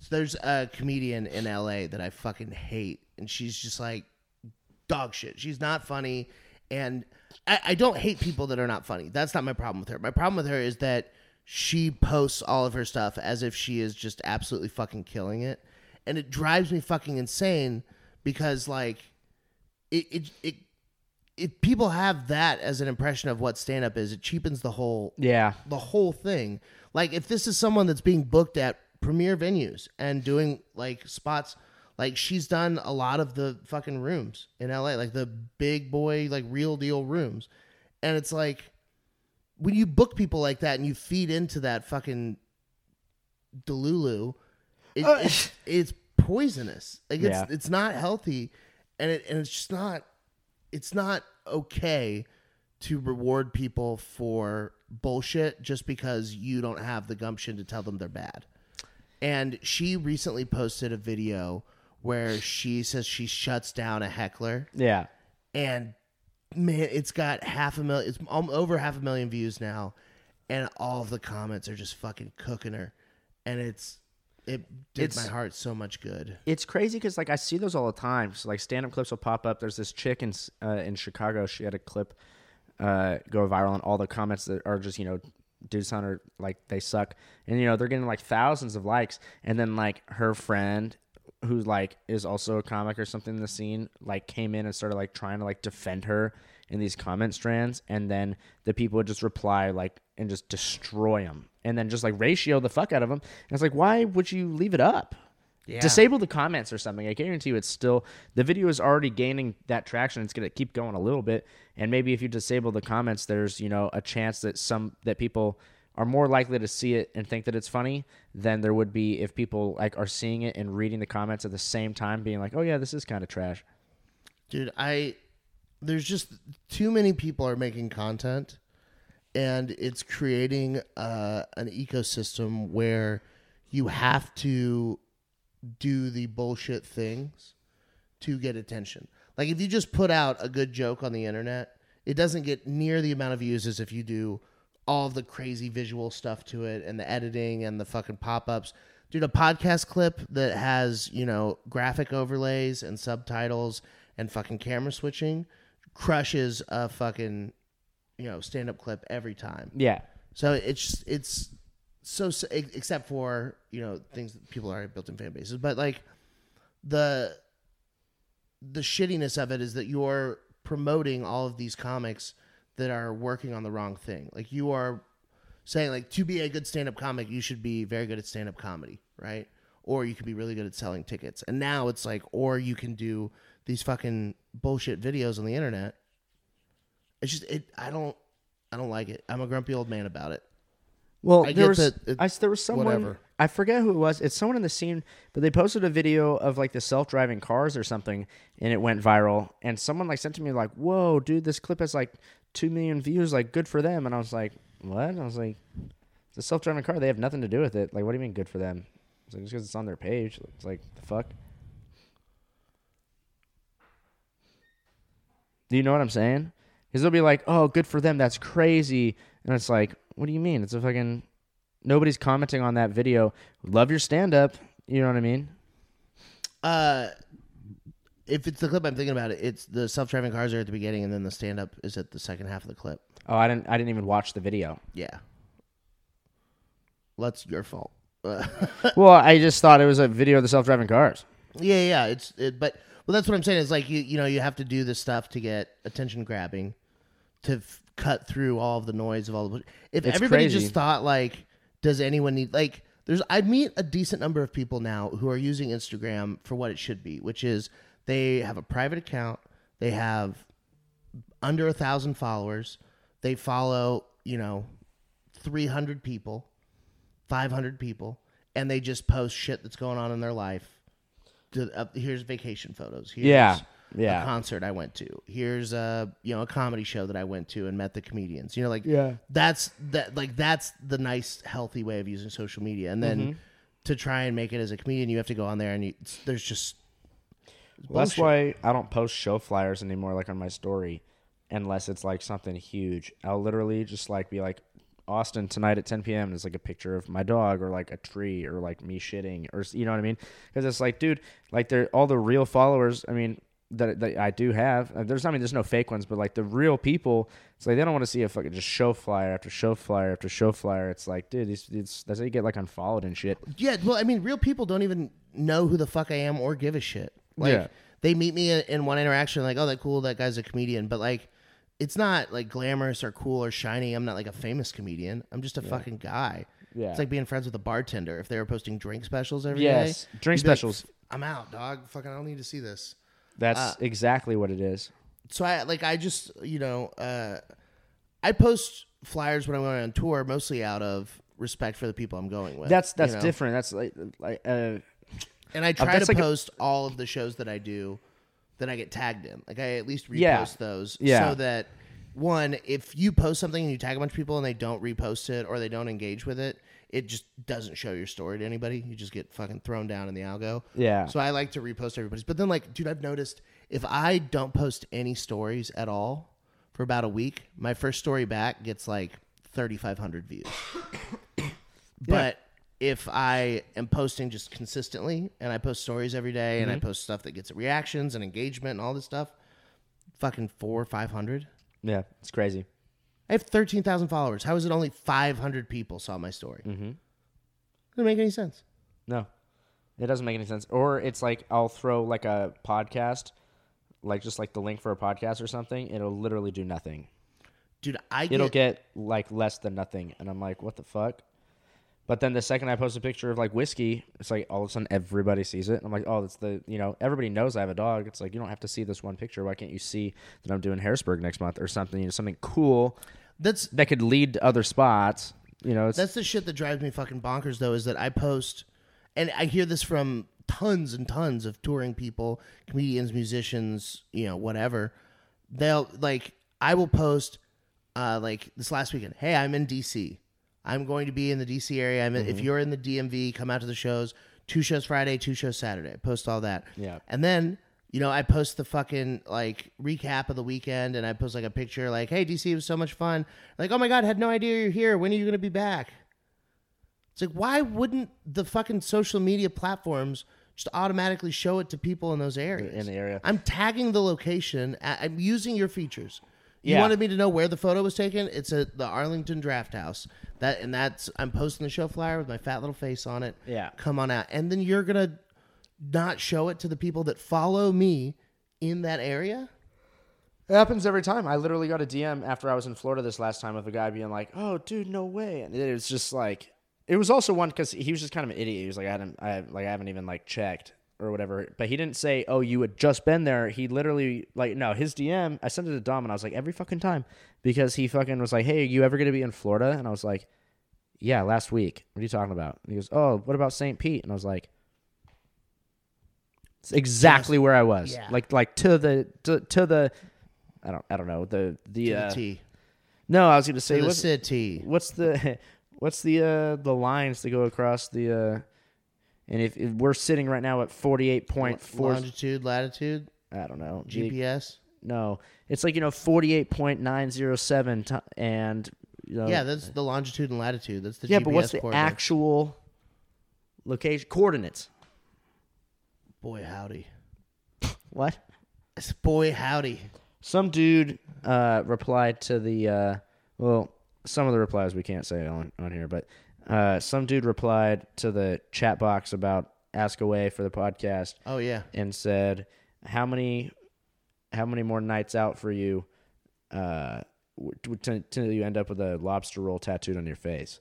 [SPEAKER 2] So there's a comedian in LA that I fucking hate, and she's just like dog shit. She's not funny, and I, I don't hate people that are not funny. That's not my problem with her. My problem with her is that she posts all of her stuff as if she is just absolutely fucking killing it, and it drives me fucking insane because like it it it. If people have that as an impression of what stand up is, it cheapens the whole
[SPEAKER 1] yeah.
[SPEAKER 2] the whole thing. Like if this is someone that's being booked at premier venues and doing like spots like she's done a lot of the fucking rooms in LA, like the big boy like real deal rooms. And it's like when you book people like that and you feed into that fucking delulu, it,
[SPEAKER 1] Uh,
[SPEAKER 2] it's, it's poisonous. Like it's
[SPEAKER 1] Yeah.
[SPEAKER 2] it's not healthy, and it and it's just not it's not okay to reward people for bullshit just because you don't have the gumption to tell them they're bad. And she recently posted a video where she says she shuts down a heckler
[SPEAKER 1] Yeah.
[SPEAKER 2] and man, it's got half a million. It's um, over half a million views now, and all of the comments are just fucking cooking her, and it's it did
[SPEAKER 1] It's-
[SPEAKER 2] my heart so much good.
[SPEAKER 1] it's crazy because like I see those all the time. So like stand up clips will pop up. There's this chick in uh, in Chicago. She had a clip uh, go viral, and all the comments that are just you know dudes on her like they suck, and you know they're getting like thousands of likes, and then like her friend who like is also a comic or something in the scene like came in and started like trying to like defend her in these comment strands and then the people would just reply like and just destroy them and then just like ratio the fuck out of them and it's like why would you leave it up
[SPEAKER 2] Yeah.
[SPEAKER 1] disable the comments or something. I guarantee you, it's still the video is already gaining that traction. It's going to keep going a little bit, and maybe if you disable the comments, there's you know a chance that some that people are more likely to see it and think that it's funny than there would be if people like are seeing it and reading the comments at the same time, being like, "Oh yeah, this is kind of trash."
[SPEAKER 2] Dude, I there's just too many people are making content and it's creating uh, an ecosystem where you have to do the bullshit things to get attention. Like if you just put out a good joke on the internet, it doesn't get near the amount of views as if you do all of the crazy visual stuff to it and the editing and the fucking pop-ups. Dude, a podcast clip that has, you know, graphic overlays and subtitles and fucking camera switching crushes a fucking, you know, stand-up clip every time.
[SPEAKER 1] Yeah,
[SPEAKER 2] So it's just- it's so s- ex- except for you know things that people already built in fan bases, but like the the shittiness of it is that you're promoting all of these comics that are working on the wrong thing. Like you are saying like to be a good stand-up comic, you should be very good at stand-up comedy, right? Or you could be really good at selling tickets. And now it's like or you can do these fucking bullshit videos on the internet. It's just it I don't I don't like it. I'm a grumpy old man about it.
[SPEAKER 1] Well,
[SPEAKER 2] I
[SPEAKER 1] there
[SPEAKER 2] get
[SPEAKER 1] was
[SPEAKER 2] that it-
[SPEAKER 1] I s- there was someone
[SPEAKER 2] whatever.
[SPEAKER 1] I forget who it was. It's someone in the scene, but they posted a video of like the self driving cars or something, and it went viral. And someone like sent to me like, "Whoa, dude, this clip has like two million views. Like, good for them." And I was like, "What?" And I was like, "It's a self driving car. They have nothing to do with it. Like, what do you mean good for them?" It's like, just because it's on their page, it's like the fuck. Do you know what I'm saying? Because they'll be like, "Oh, good for them. That's crazy," and it's like, "What do you mean? It's a fucking nobody's commenting on that video. Love your stand up. You know what I mean?
[SPEAKER 2] Uh, if it's the clip I'm thinking about, it's the self-driving cars are at the beginning, and then the stand-up is at the second half of the clip.
[SPEAKER 1] Oh, I didn't. I didn't even watch the video.
[SPEAKER 2] Yeah, well, that's your fault. Uh,
[SPEAKER 1] Well, I just thought it was a video of the self-driving cars.
[SPEAKER 2] yeah, yeah. It's it, but well, that's what I'm saying. Is like you you know you have to do this stuff to get attention grabbing, to f- cut through all of the noise of all the. If
[SPEAKER 1] It's
[SPEAKER 2] everybody
[SPEAKER 1] crazy.
[SPEAKER 2] just thought like, does anyone need like? There's I meet a decent number of people now who are using Instagram for what it should be, which is they have a private account, they have under a thousand followers, they follow you know, three hundred people, five hundred people, and they just post shit that's going on in their life. To- uh, here's vacation photos. Here's
[SPEAKER 1] Yeah,
[SPEAKER 2] a
[SPEAKER 1] yeah.
[SPEAKER 2] concert I went to. Here's a you know a comedy show that I went to and met the comedians. You know, like
[SPEAKER 1] Yeah.
[SPEAKER 2] that's that like that's the nice healthy way of using social media. And then
[SPEAKER 1] Mm-hmm.
[SPEAKER 2] to try and make it as a comedian, you have to go on there and you, it's- there's just
[SPEAKER 1] Well, that's
[SPEAKER 2] bullshit.
[SPEAKER 1] why I don't post show flyers anymore, like on my story, unless it's like something huge. I'll literally just like be like, Austin tonight at 10 p.m. is like a picture of my dog or like a tree or like me shitting or s- you know what I mean? Because it's like, dude, like they're all the real followers. I mean. That, that I do have. uh, There's, I mean, there's no fake ones, but like the real people, it's like they don't want to see a fucking just show flyer after show flyer after show flyer. It's like, dude, these, these, that's how you get like unfollowed and shit.
[SPEAKER 2] Yeah, well, I mean, real people don't even know who the fuck I am or give a shit. Like,
[SPEAKER 1] Yeah.
[SPEAKER 2] they meet me in- in one interaction, like, oh, that cool, that guy's a comedian. But, like, it's not like glamorous or cool or shiny. I'm not like a famous comedian. I'm just a fucking guy.
[SPEAKER 1] Yeah.
[SPEAKER 2] It's like being friends with a bartender. If they were posting drink specials every day.
[SPEAKER 1] Yes, drink
[SPEAKER 2] you'd be like,
[SPEAKER 1] specials.
[SPEAKER 2] I'm out, dog. Fucking, I don't need to see this
[SPEAKER 1] That's
[SPEAKER 2] Uh,
[SPEAKER 1] exactly what it is.
[SPEAKER 2] so I like I just you know uh, I post flyers when I'm going on tour, mostly out of respect for the people I'm going with.
[SPEAKER 1] That's
[SPEAKER 2] you
[SPEAKER 1] that's
[SPEAKER 2] know?
[SPEAKER 1] different. That's like like uh,
[SPEAKER 2] And I try
[SPEAKER 1] that's
[SPEAKER 2] to
[SPEAKER 1] like a-
[SPEAKER 2] post all of the shows that I do that I get tagged in. Like I at least repost
[SPEAKER 1] Yeah.
[SPEAKER 2] those
[SPEAKER 1] Yeah.
[SPEAKER 2] so that one, if you post something and you tag a bunch of people and they don't repost it or they don't engage with it, it just doesn't show your story to anybody. You just get fucking thrown down in the algo.
[SPEAKER 1] Yeah.
[SPEAKER 2] So I like to repost everybody's. But then like, dude, I've noticed if I don't post any stories at all for about a week, my first story back gets like 3500 views. But if I am posting just consistently and I post stories every day and I post stuff that gets reactions and engagement and all this stuff, fucking four or 500.
[SPEAKER 1] yeah, it's crazy.
[SPEAKER 2] I have 13,000 followers. How is it only 500 people saw my story? Mm-hmm. Doesn't make any sense.
[SPEAKER 1] No, it doesn't make any sense. Or it's like I'll throw like a podcast, like just like the link for a podcast or something. It'll literally do nothing.
[SPEAKER 2] Dude, I
[SPEAKER 1] It'll
[SPEAKER 2] get,
[SPEAKER 1] get like less than nothing, and I'm like, what the fuck? But then the second I post a picture of like whiskey, it's like all of a sudden everybody sees it. And I'm like, oh, that's the you know everybody knows I have a dog. It's like you don't have to see this one picture. Why can't you see that I'm doing Harrisburg next month or something? You know, something cool
[SPEAKER 2] that's
[SPEAKER 1] that could lead to other spots. You know, it's
[SPEAKER 2] That's the shit that drives me fucking bonkers though is that I post and I hear this from tons and tons of touring people, comedians, musicians, you know, whatever. They'll like I will post uh like this last weekend, "Hey, I'm in DC. I'm going to be in the DC area. I'm in, if you're in the DMV, come out to the shows. Two shows Friday, two shows Saturday. Post all that.
[SPEAKER 1] Yeah.
[SPEAKER 2] And then, you know, I post the fucking like recap of the weekend and I post like a picture like, hey, DC was so much fun. Like, oh my God, had no idea you're here. When are you going to be back? It's like, why wouldn't the fucking social media platforms just automatically show it to people in those areas?
[SPEAKER 1] in the area.
[SPEAKER 2] I'm tagging the location. I- I'm using your features. You
[SPEAKER 1] Yeah.
[SPEAKER 2] wanted me to know where the photo was taken. It's at the Arlington Draft House. That and that's. I'm posting the show flyer with my fat little face on it.
[SPEAKER 1] Yeah.
[SPEAKER 2] come on out. And then you're gonna not show it to the people that follow me in that area.
[SPEAKER 1] It happens every time. I literally got a DM after I was in Florida this last time of a guy being like, "Oh, dude, no way!" And it was just like, it was also one because he was just kind of an idiot. He was like, "I haven't, I like, I haven't even like checked or whatever." But he didn't say, "Oh, you had just been there." He literally like, no, his DM. I sent it to Dom, and I was like, every fucking time because he fucking was like, "Hey, are you ever gonna be in Florida?" And I was like, "Yeah, last week." What are you talking about? And he goes, "Oh, what about St. Pete?" And I was like. It's exactly where I was,
[SPEAKER 2] yeah.
[SPEAKER 1] like like to the to, to the I don't I don't know the the,
[SPEAKER 2] To
[SPEAKER 1] uh,
[SPEAKER 2] the T.
[SPEAKER 1] no I was gonna
[SPEAKER 2] To
[SPEAKER 1] say
[SPEAKER 2] the
[SPEAKER 1] what's,
[SPEAKER 2] city.
[SPEAKER 1] what's the what's the uh the lines that go across the uh and if, if we're sitting right now at forty eight point four
[SPEAKER 2] Longitude, latitude,
[SPEAKER 1] I don't know the-
[SPEAKER 2] GPS.
[SPEAKER 1] no it's like you know forty eight point nine zero seven and you know,
[SPEAKER 2] Yeah, that's the longitude and latitude. That's the
[SPEAKER 1] Oh, yeah
[SPEAKER 2] GPS
[SPEAKER 1] but what's the
[SPEAKER 2] coordinates.
[SPEAKER 1] actual location coordinates
[SPEAKER 2] Boy howdy.
[SPEAKER 1] What?
[SPEAKER 2] It's boy howdy.
[SPEAKER 1] Some dude uh, replied to the uh, well, some of the replies we can't say on on here, but uh, some dude replied to the chat box about ask away for the podcast
[SPEAKER 2] Oh yeah.
[SPEAKER 1] and said, "How many, how many more nights out for you, uh, until you end up with a lobster roll tattooed on your face?"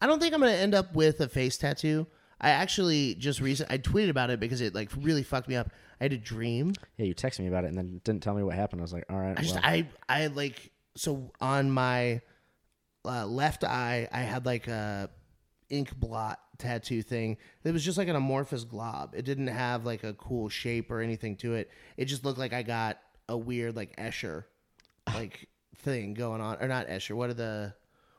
[SPEAKER 2] I don't think I'm gonna end up with a face tattoo. I actually just recent I tweeted about it because it like really fucked me up. I had a dream.
[SPEAKER 1] Yeah, you texted me about it and then didn't tell me what happened. I was like, "All right,
[SPEAKER 2] I just
[SPEAKER 1] well,
[SPEAKER 2] I I like so on my uh, left eye I had like a ink blot tattoo thing. It was just like an amorphous glob. It didn't have like a cool shape or anything to it. It just looked like I got a weird like Escher like thing going on or not Escher. What are the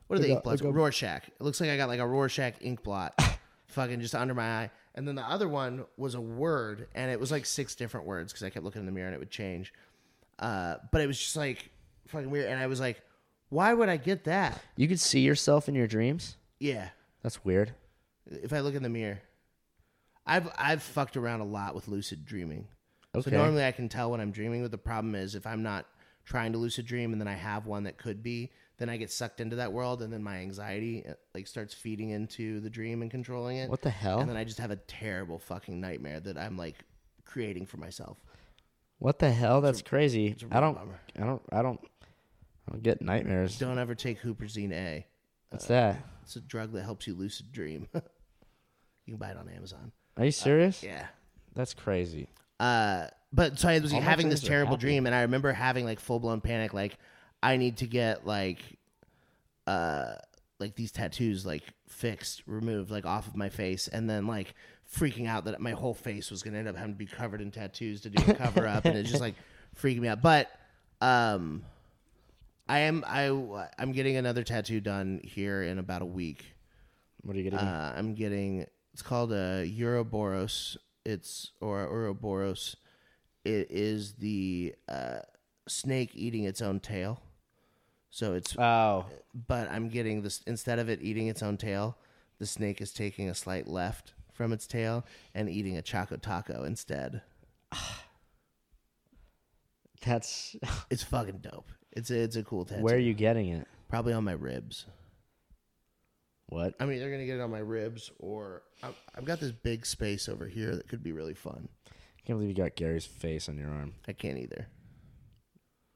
[SPEAKER 2] what are
[SPEAKER 1] Like
[SPEAKER 2] the
[SPEAKER 1] a-
[SPEAKER 2] ink blots?
[SPEAKER 1] like a-
[SPEAKER 2] Rorschach. It looks like I got like a Rorschach ink blot fucking just under my eye. And then the other one was a word and it was like six different words cuz I kept looking in the mirror and it would change. Uh, but it was just like fucking weird. And I was like, why would I get that?
[SPEAKER 1] you could see yourself in your dreams.
[SPEAKER 2] Yeah,
[SPEAKER 1] That's weird."
[SPEAKER 2] if I look in the mirror, I've I've fucked around a lot with lucid dreaming.
[SPEAKER 1] Okay.
[SPEAKER 2] So normally I can tell when I'm dreaming. But the problem is if I'm not trying to lucid dream and then I have one that could be, then I get sucked into that world and then my anxiety uh, like starts feeding into the dream and controlling it.
[SPEAKER 1] What the hell?
[SPEAKER 2] And then I just have a terrible fucking nightmare that I'm like creating for myself.
[SPEAKER 1] What the hell? That's crazy.
[SPEAKER 2] a
[SPEAKER 1] I
[SPEAKER 2] real
[SPEAKER 1] don't.
[SPEAKER 2] bummer. Uh,
[SPEAKER 1] I don't. I don't. I don't get nightmares.
[SPEAKER 2] Don't ever take Hooperzine A.
[SPEAKER 1] What's that?
[SPEAKER 2] It's a drug that helps you lucid dream. you can buy it on Amazon.
[SPEAKER 1] Are you serious?
[SPEAKER 2] uh, Yeah.
[SPEAKER 1] That's crazy.
[SPEAKER 2] uh but so i was
[SPEAKER 1] my
[SPEAKER 2] having this
[SPEAKER 1] dreams are
[SPEAKER 2] terrible
[SPEAKER 1] happy.
[SPEAKER 2] dream and i remember having like full-blown panic like i need to get like uh like these tattoos like fixed removed like off of my face and then like freaking out that my whole face was gonna end up having to be covered in tattoos to do a cover up and it just like freaking me out but um i am i i'm getting another tattoo done here in about a week
[SPEAKER 1] What are you getting?
[SPEAKER 2] uh, I'm getting. It's called a Euroboros. It's or Ouroboros. It is the uh, snake eating its own tail. So it's.
[SPEAKER 1] oh,
[SPEAKER 2] But I'm getting this instead of it eating its own tail, the snake is taking a slight left from its tail and eating a choco taco instead.
[SPEAKER 1] that's
[SPEAKER 2] It's fucking dope. It's a, it's a cool tattoo.
[SPEAKER 1] where are you getting it?
[SPEAKER 2] Probably on my ribs.
[SPEAKER 1] What?
[SPEAKER 2] I'm either gonna get it on my ribs or I've, I've got this big space over here that could be really fun.
[SPEAKER 1] I can't believe you got Gary's face on your arm.
[SPEAKER 2] I can't either.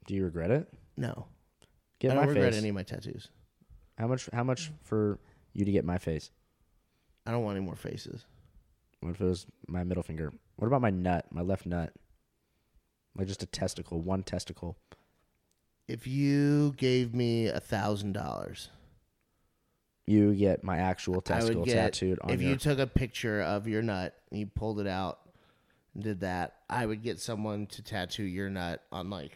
[SPEAKER 1] Do you regret it?
[SPEAKER 2] No,
[SPEAKER 1] Get
[SPEAKER 2] I don't
[SPEAKER 1] my
[SPEAKER 2] regret
[SPEAKER 1] face.
[SPEAKER 2] any of my tattoos.
[SPEAKER 1] How much? How much for you to get my face?
[SPEAKER 2] I don't want any more faces.
[SPEAKER 1] What if it was my middle finger? What about my nut? My left nut? Like just a testicle, one testicle.
[SPEAKER 2] If you gave me a thousand dollars,
[SPEAKER 1] You get my actual
[SPEAKER 2] I
[SPEAKER 1] testicle
[SPEAKER 2] would get.
[SPEAKER 1] tattooed on
[SPEAKER 2] if
[SPEAKER 1] your.
[SPEAKER 2] you took a picture of your nut and you pulled it out and did that, I would get someone to tattoo your nut on like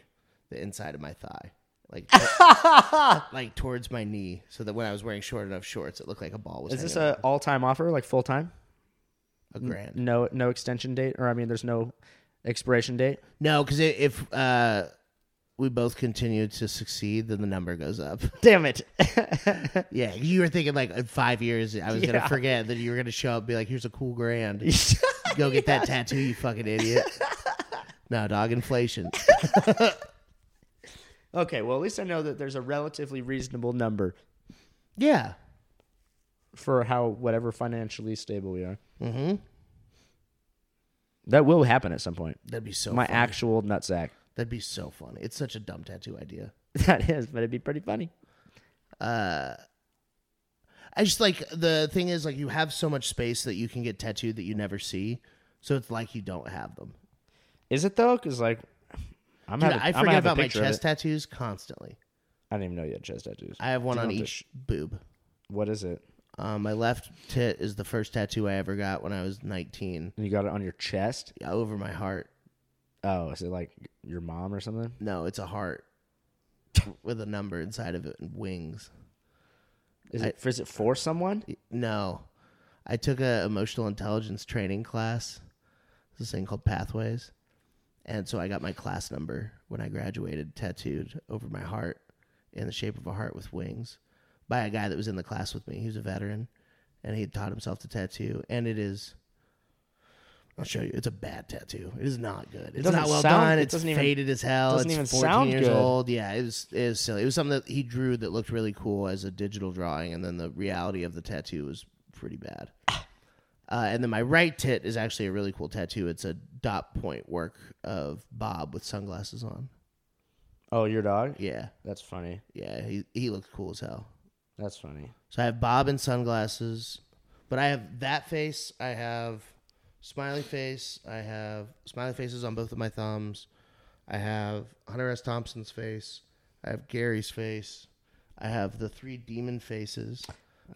[SPEAKER 2] the inside of my thigh, like to- like towards my knee, so that when I was wearing short enough shorts, it looked like a ball was.
[SPEAKER 1] Is this
[SPEAKER 2] hanging
[SPEAKER 1] a all-time offer, like full-time?
[SPEAKER 2] a grand?
[SPEAKER 1] No, no extension date, or I mean, there's no expiration date.
[SPEAKER 2] No, because if uh, we both continue to succeed, then the number goes up.
[SPEAKER 1] Damn it!
[SPEAKER 2] Yeah, you were thinking like in five years, I was
[SPEAKER 1] Yeah.
[SPEAKER 2] gonna forget that you were gonna show up, and be like, "Here's a cool grand, go get that tattoo, you fucking idiot." no, dog, inflation.
[SPEAKER 1] okay, well, at least I know that there's a relatively reasonable number
[SPEAKER 2] Yeah,
[SPEAKER 1] for how whatever financially stable we are. Mm-hmm. That will happen at some point.
[SPEAKER 2] that'd be so.
[SPEAKER 1] My
[SPEAKER 2] funny.
[SPEAKER 1] actual nutsack.
[SPEAKER 2] that'd be so funny. It's such a dumb tattoo idea.
[SPEAKER 1] That is, but it'd be pretty funny.
[SPEAKER 2] I just like the thing is like you have so much space that you can get tattooed that you never see, so it's like you don't have them.
[SPEAKER 1] Is it though? Because like, I'm
[SPEAKER 2] Dude,
[SPEAKER 1] having.
[SPEAKER 2] I
[SPEAKER 1] I'm
[SPEAKER 2] forget
[SPEAKER 1] having
[SPEAKER 2] about
[SPEAKER 1] a
[SPEAKER 2] my
[SPEAKER 1] picture of
[SPEAKER 2] chest
[SPEAKER 1] it.
[SPEAKER 2] tattoos constantly.
[SPEAKER 1] I didn't even know you had chest tattoos.
[SPEAKER 2] I have one
[SPEAKER 1] Do you
[SPEAKER 2] on
[SPEAKER 1] know the-
[SPEAKER 2] each boob.
[SPEAKER 1] What is it?
[SPEAKER 2] Um, my left tit is the first tattoo I ever got when I was 19
[SPEAKER 1] You got it on your chest?
[SPEAKER 2] over my heart.
[SPEAKER 1] Oh, is it like your mom or something?
[SPEAKER 2] No, it's a heart with a number inside of it and wings.
[SPEAKER 1] Is it? Is it for someone?
[SPEAKER 2] No, I took a emotional intelligence training class. This thing called Pathways, and so I got my class number when I graduated tattooed over my heart in the shape of a heart with wings by a guy that was in the class with me. He was a veteran, and he had taught himself to tattoo, and it is I'll show you. It's a bad tattoo. It is not good. It's
[SPEAKER 1] doesn't
[SPEAKER 2] not well
[SPEAKER 1] sound-
[SPEAKER 2] done.
[SPEAKER 1] it
[SPEAKER 2] It's
[SPEAKER 1] doesn't even-
[SPEAKER 2] faded as hell.
[SPEAKER 1] doesn't
[SPEAKER 2] it's
[SPEAKER 1] even
[SPEAKER 2] 14
[SPEAKER 1] sound
[SPEAKER 2] years
[SPEAKER 1] good.
[SPEAKER 2] old. Yeah, it was it was silly. It was something that he drew that looked really cool as a digital drawing, and then the reality of the tattoo was pretty bad. Uh, and then my right tit is actually a really cool tattoo. It's a dot point work of Bob with sunglasses on.
[SPEAKER 1] Oh, your dog?
[SPEAKER 2] Yeah,
[SPEAKER 1] That's funny.
[SPEAKER 2] yeah, he he looks cool as hell.
[SPEAKER 1] That's funny.
[SPEAKER 2] So I have Bob in sunglasses, but I have that face. I have smiley face. I have smiley faces on both of my thumbs. I have Hunter S. Thompson's face. I have Gary's face. I have the three demon faces.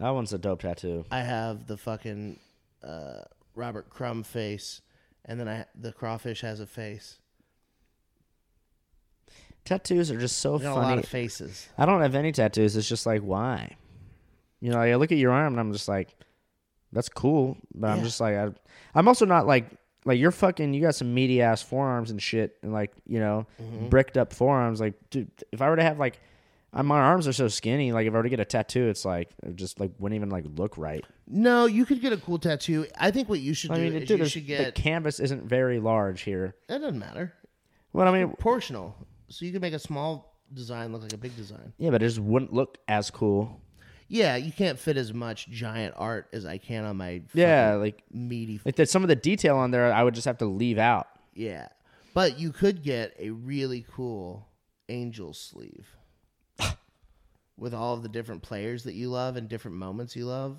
[SPEAKER 1] That one's a dope tattoo.
[SPEAKER 2] I have the fucking uh, Robert Crumb face, and then I the crawfish has a face.
[SPEAKER 1] Tattoos are just so
[SPEAKER 2] I got a lot
[SPEAKER 1] funny.
[SPEAKER 2] of faces.
[SPEAKER 1] I don't have any tattoos. It's just like why? You know, like, I look at your arm and I'm just like, that's cool, but I'm
[SPEAKER 2] Yeah.
[SPEAKER 1] just like, I, I'm also not like like you're fucking. You got some meaty ass forearms and shit, and like you know, bricked up forearms. Like, dude, if I were to have like, I, my arms are so skinny. Like, if I were to get a tattoo, it's like it just like wouldn't even like look right.
[SPEAKER 2] No, you could get a cool tattoo. I think what you should
[SPEAKER 1] I
[SPEAKER 2] do
[SPEAKER 1] mean,
[SPEAKER 2] is
[SPEAKER 1] dude,
[SPEAKER 2] you
[SPEAKER 1] there's-
[SPEAKER 2] should
[SPEAKER 1] the
[SPEAKER 2] get.
[SPEAKER 1] canvas isn't very large here.
[SPEAKER 2] that doesn't matter.
[SPEAKER 1] Well, I mean,
[SPEAKER 2] proportional. So you can make a small design look like a big design.
[SPEAKER 1] yeah, but it just wouldn't look as cool.
[SPEAKER 2] Yeah, you can't fit as much giant art as I can on my
[SPEAKER 1] Yeah, like
[SPEAKER 2] fucking meaty.
[SPEAKER 1] like that. Some of the detail on there, I would just have to leave out.
[SPEAKER 2] Yeah, but you could get a really cool angel sleeve with all of the different players that you love and different moments you love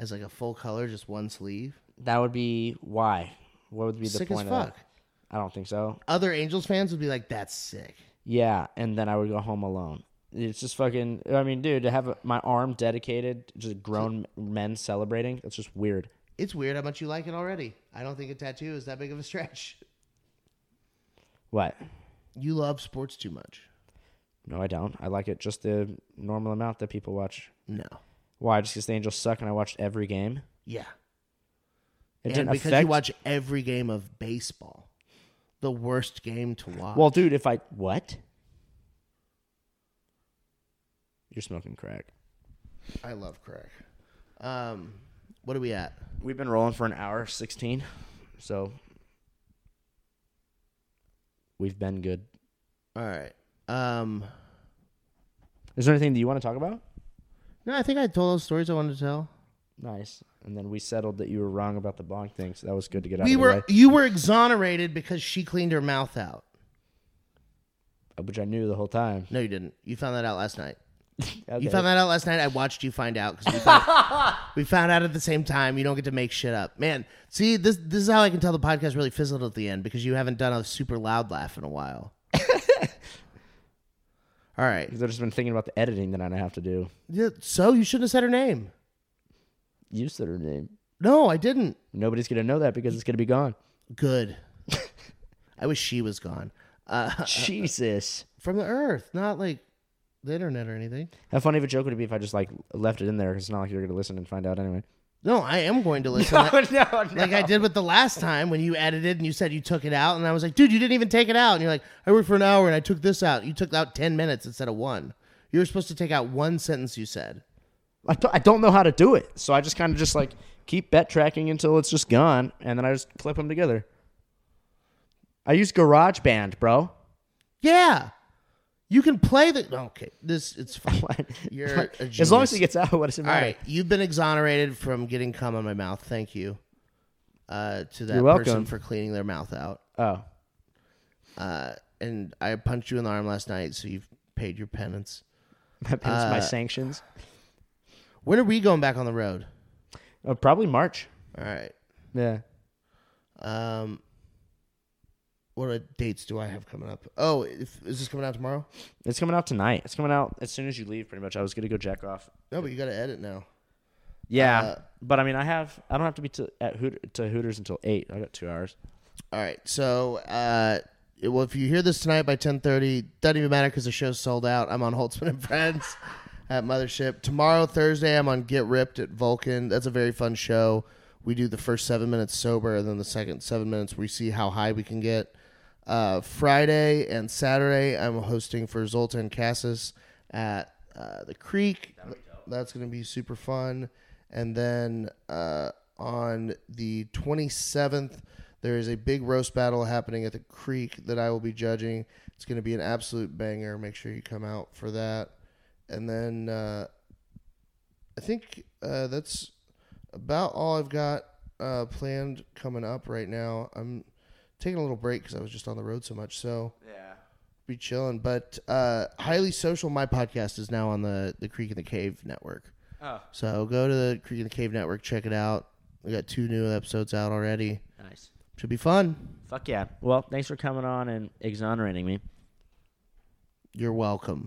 [SPEAKER 2] as like a full color, just one sleeve.
[SPEAKER 1] That would be why. What would be the
[SPEAKER 2] Sick as
[SPEAKER 1] point of
[SPEAKER 2] fuck.
[SPEAKER 1] that? I don't think so.
[SPEAKER 2] Other Angels fans would be like, "That's sick."
[SPEAKER 1] Yeah, and then I would go home alone. It's just fucking. I mean, dude, to have my arm dedicated to just grown men celebrating, that's just weird.
[SPEAKER 2] It's weird how much you like it already. I don't think a tattoo is that big of a stretch.
[SPEAKER 1] What?
[SPEAKER 2] You love sports too much.
[SPEAKER 1] No, I don't. I like it just the normal amount that people watch.
[SPEAKER 2] No.
[SPEAKER 1] Why? Just because the Angels suck and I watched every game.
[SPEAKER 2] Yeah.
[SPEAKER 1] It
[SPEAKER 2] and
[SPEAKER 1] didn't
[SPEAKER 2] because
[SPEAKER 1] affect.
[SPEAKER 2] you watch every game of baseball, the worst game to watch.
[SPEAKER 1] well, dude, if I what? You're smoking crack.
[SPEAKER 2] I love crack. Um, what are we at?
[SPEAKER 1] We've been rolling for an hour sixteen, so we've been good.
[SPEAKER 2] All right. Um,
[SPEAKER 1] Is there anything that you want to talk about?
[SPEAKER 2] no, I think I told all the stories I wanted to tell.
[SPEAKER 1] Nice. And then we settled that you were wrong about the bong thing, so that was good to get out
[SPEAKER 2] We
[SPEAKER 1] of the
[SPEAKER 2] were
[SPEAKER 1] way.
[SPEAKER 2] you were exonerated because she cleaned her mouth out.
[SPEAKER 1] uh, Which I knew the whole time.
[SPEAKER 2] No, you didn't. You found that out last night.
[SPEAKER 1] Okay.
[SPEAKER 2] You found that out last night. I watched you find out because we, found- we found out at the same time. You don't get to make shit up, man. See, this this is how I can tell the podcast really fizzled at the end because you haven't done a super loud laugh in a while. All right.
[SPEAKER 1] Because I've just been thinking about the editing that I have to do.
[SPEAKER 2] Yeah, so you shouldn't have said her name.
[SPEAKER 1] You said her name.
[SPEAKER 2] No, I didn't.
[SPEAKER 1] Nobody's going to know that because it's going to be gone.
[SPEAKER 2] Good. I wish she was gone uh,
[SPEAKER 1] Jesus.
[SPEAKER 2] from the earth, not like the internet or anything.
[SPEAKER 1] How funny of a joke would it be if I just like left it in there? 'Cause it's not like you're going to listen and find out anyway.
[SPEAKER 2] No, I am going to listen. like, like I did with the last time when you edited and you said you took it out, and I was like, dude, you didn't even take it out. And you're like, I worked for an hour and I took this out. You took out 10 minutes instead of one. You were supposed to take out one sentence you said.
[SPEAKER 1] I, don't, I don't know how to do it, so I just kind of just like keep bet tracking until it's just gone, and then I just clip them together. I use GarageBand, bro.
[SPEAKER 2] Yeah. You can play the. Okay, this, it's fine. You're a
[SPEAKER 1] as long as
[SPEAKER 2] genius.
[SPEAKER 1] it gets out, what does it
[SPEAKER 2] All
[SPEAKER 1] matter?
[SPEAKER 2] right, you've been exonerated from getting cum on my mouth. Thank you uh, to that
[SPEAKER 1] You're welcome.
[SPEAKER 2] person for cleaning their mouth out.
[SPEAKER 1] Oh,
[SPEAKER 2] Uh, and I punched you in the arm last night, so you've paid your penance.
[SPEAKER 1] my penance, my sanctions.
[SPEAKER 2] When are we going back on the road?
[SPEAKER 1] Uh, probably March.
[SPEAKER 2] All right.
[SPEAKER 1] Yeah.
[SPEAKER 2] Um, what uh, dates do I have coming up? Oh, if, is this coming out tomorrow?
[SPEAKER 1] It's coming out tonight. It's coming out as soon as you leave, pretty much. I was going to go jack off.
[SPEAKER 2] No, but you got to edit now.
[SPEAKER 1] Yeah.
[SPEAKER 2] Uh,
[SPEAKER 1] but I mean, I have, I don't have to be to, at Hoot, to Hooters until 8. I got two hours.
[SPEAKER 2] All right. So, uh, it- well, if you hear this tonight by ten thirty, doesn't even matter because the show's sold out. I'm on Holtzman and Friends at Mothership tomorrow, Thursday. I'm on Get Ripped at Vulcan. That's a very fun show. We do the first seven minutes sober, and then the second seven minutes we see how high we can get. Uh, Friday and Saturday, I'm hosting for Zoltan Cassis at uh, the Creek. That's going to be super fun. And then uh, on the 27th. There is a big roast battle happening at the creek that I will be judging. It's going to be an absolute banger. Make sure you come out for that. And then uh, I think uh, that's about all I've got uh, planned coming up right now. I'm taking a little break because I was just on the road so much. So
[SPEAKER 1] Yeah.
[SPEAKER 2] be chilling. But uh, highly social, my podcast is now on the the Creek in the Cave network.
[SPEAKER 1] Oh,
[SPEAKER 2] So go to the Creek in the Cave network, check it out. We got two new episodes out already.
[SPEAKER 1] nice.
[SPEAKER 2] Should be fun.
[SPEAKER 1] Fuck yeah. Well, thanks for coming on and exonerating me.
[SPEAKER 2] You're welcome.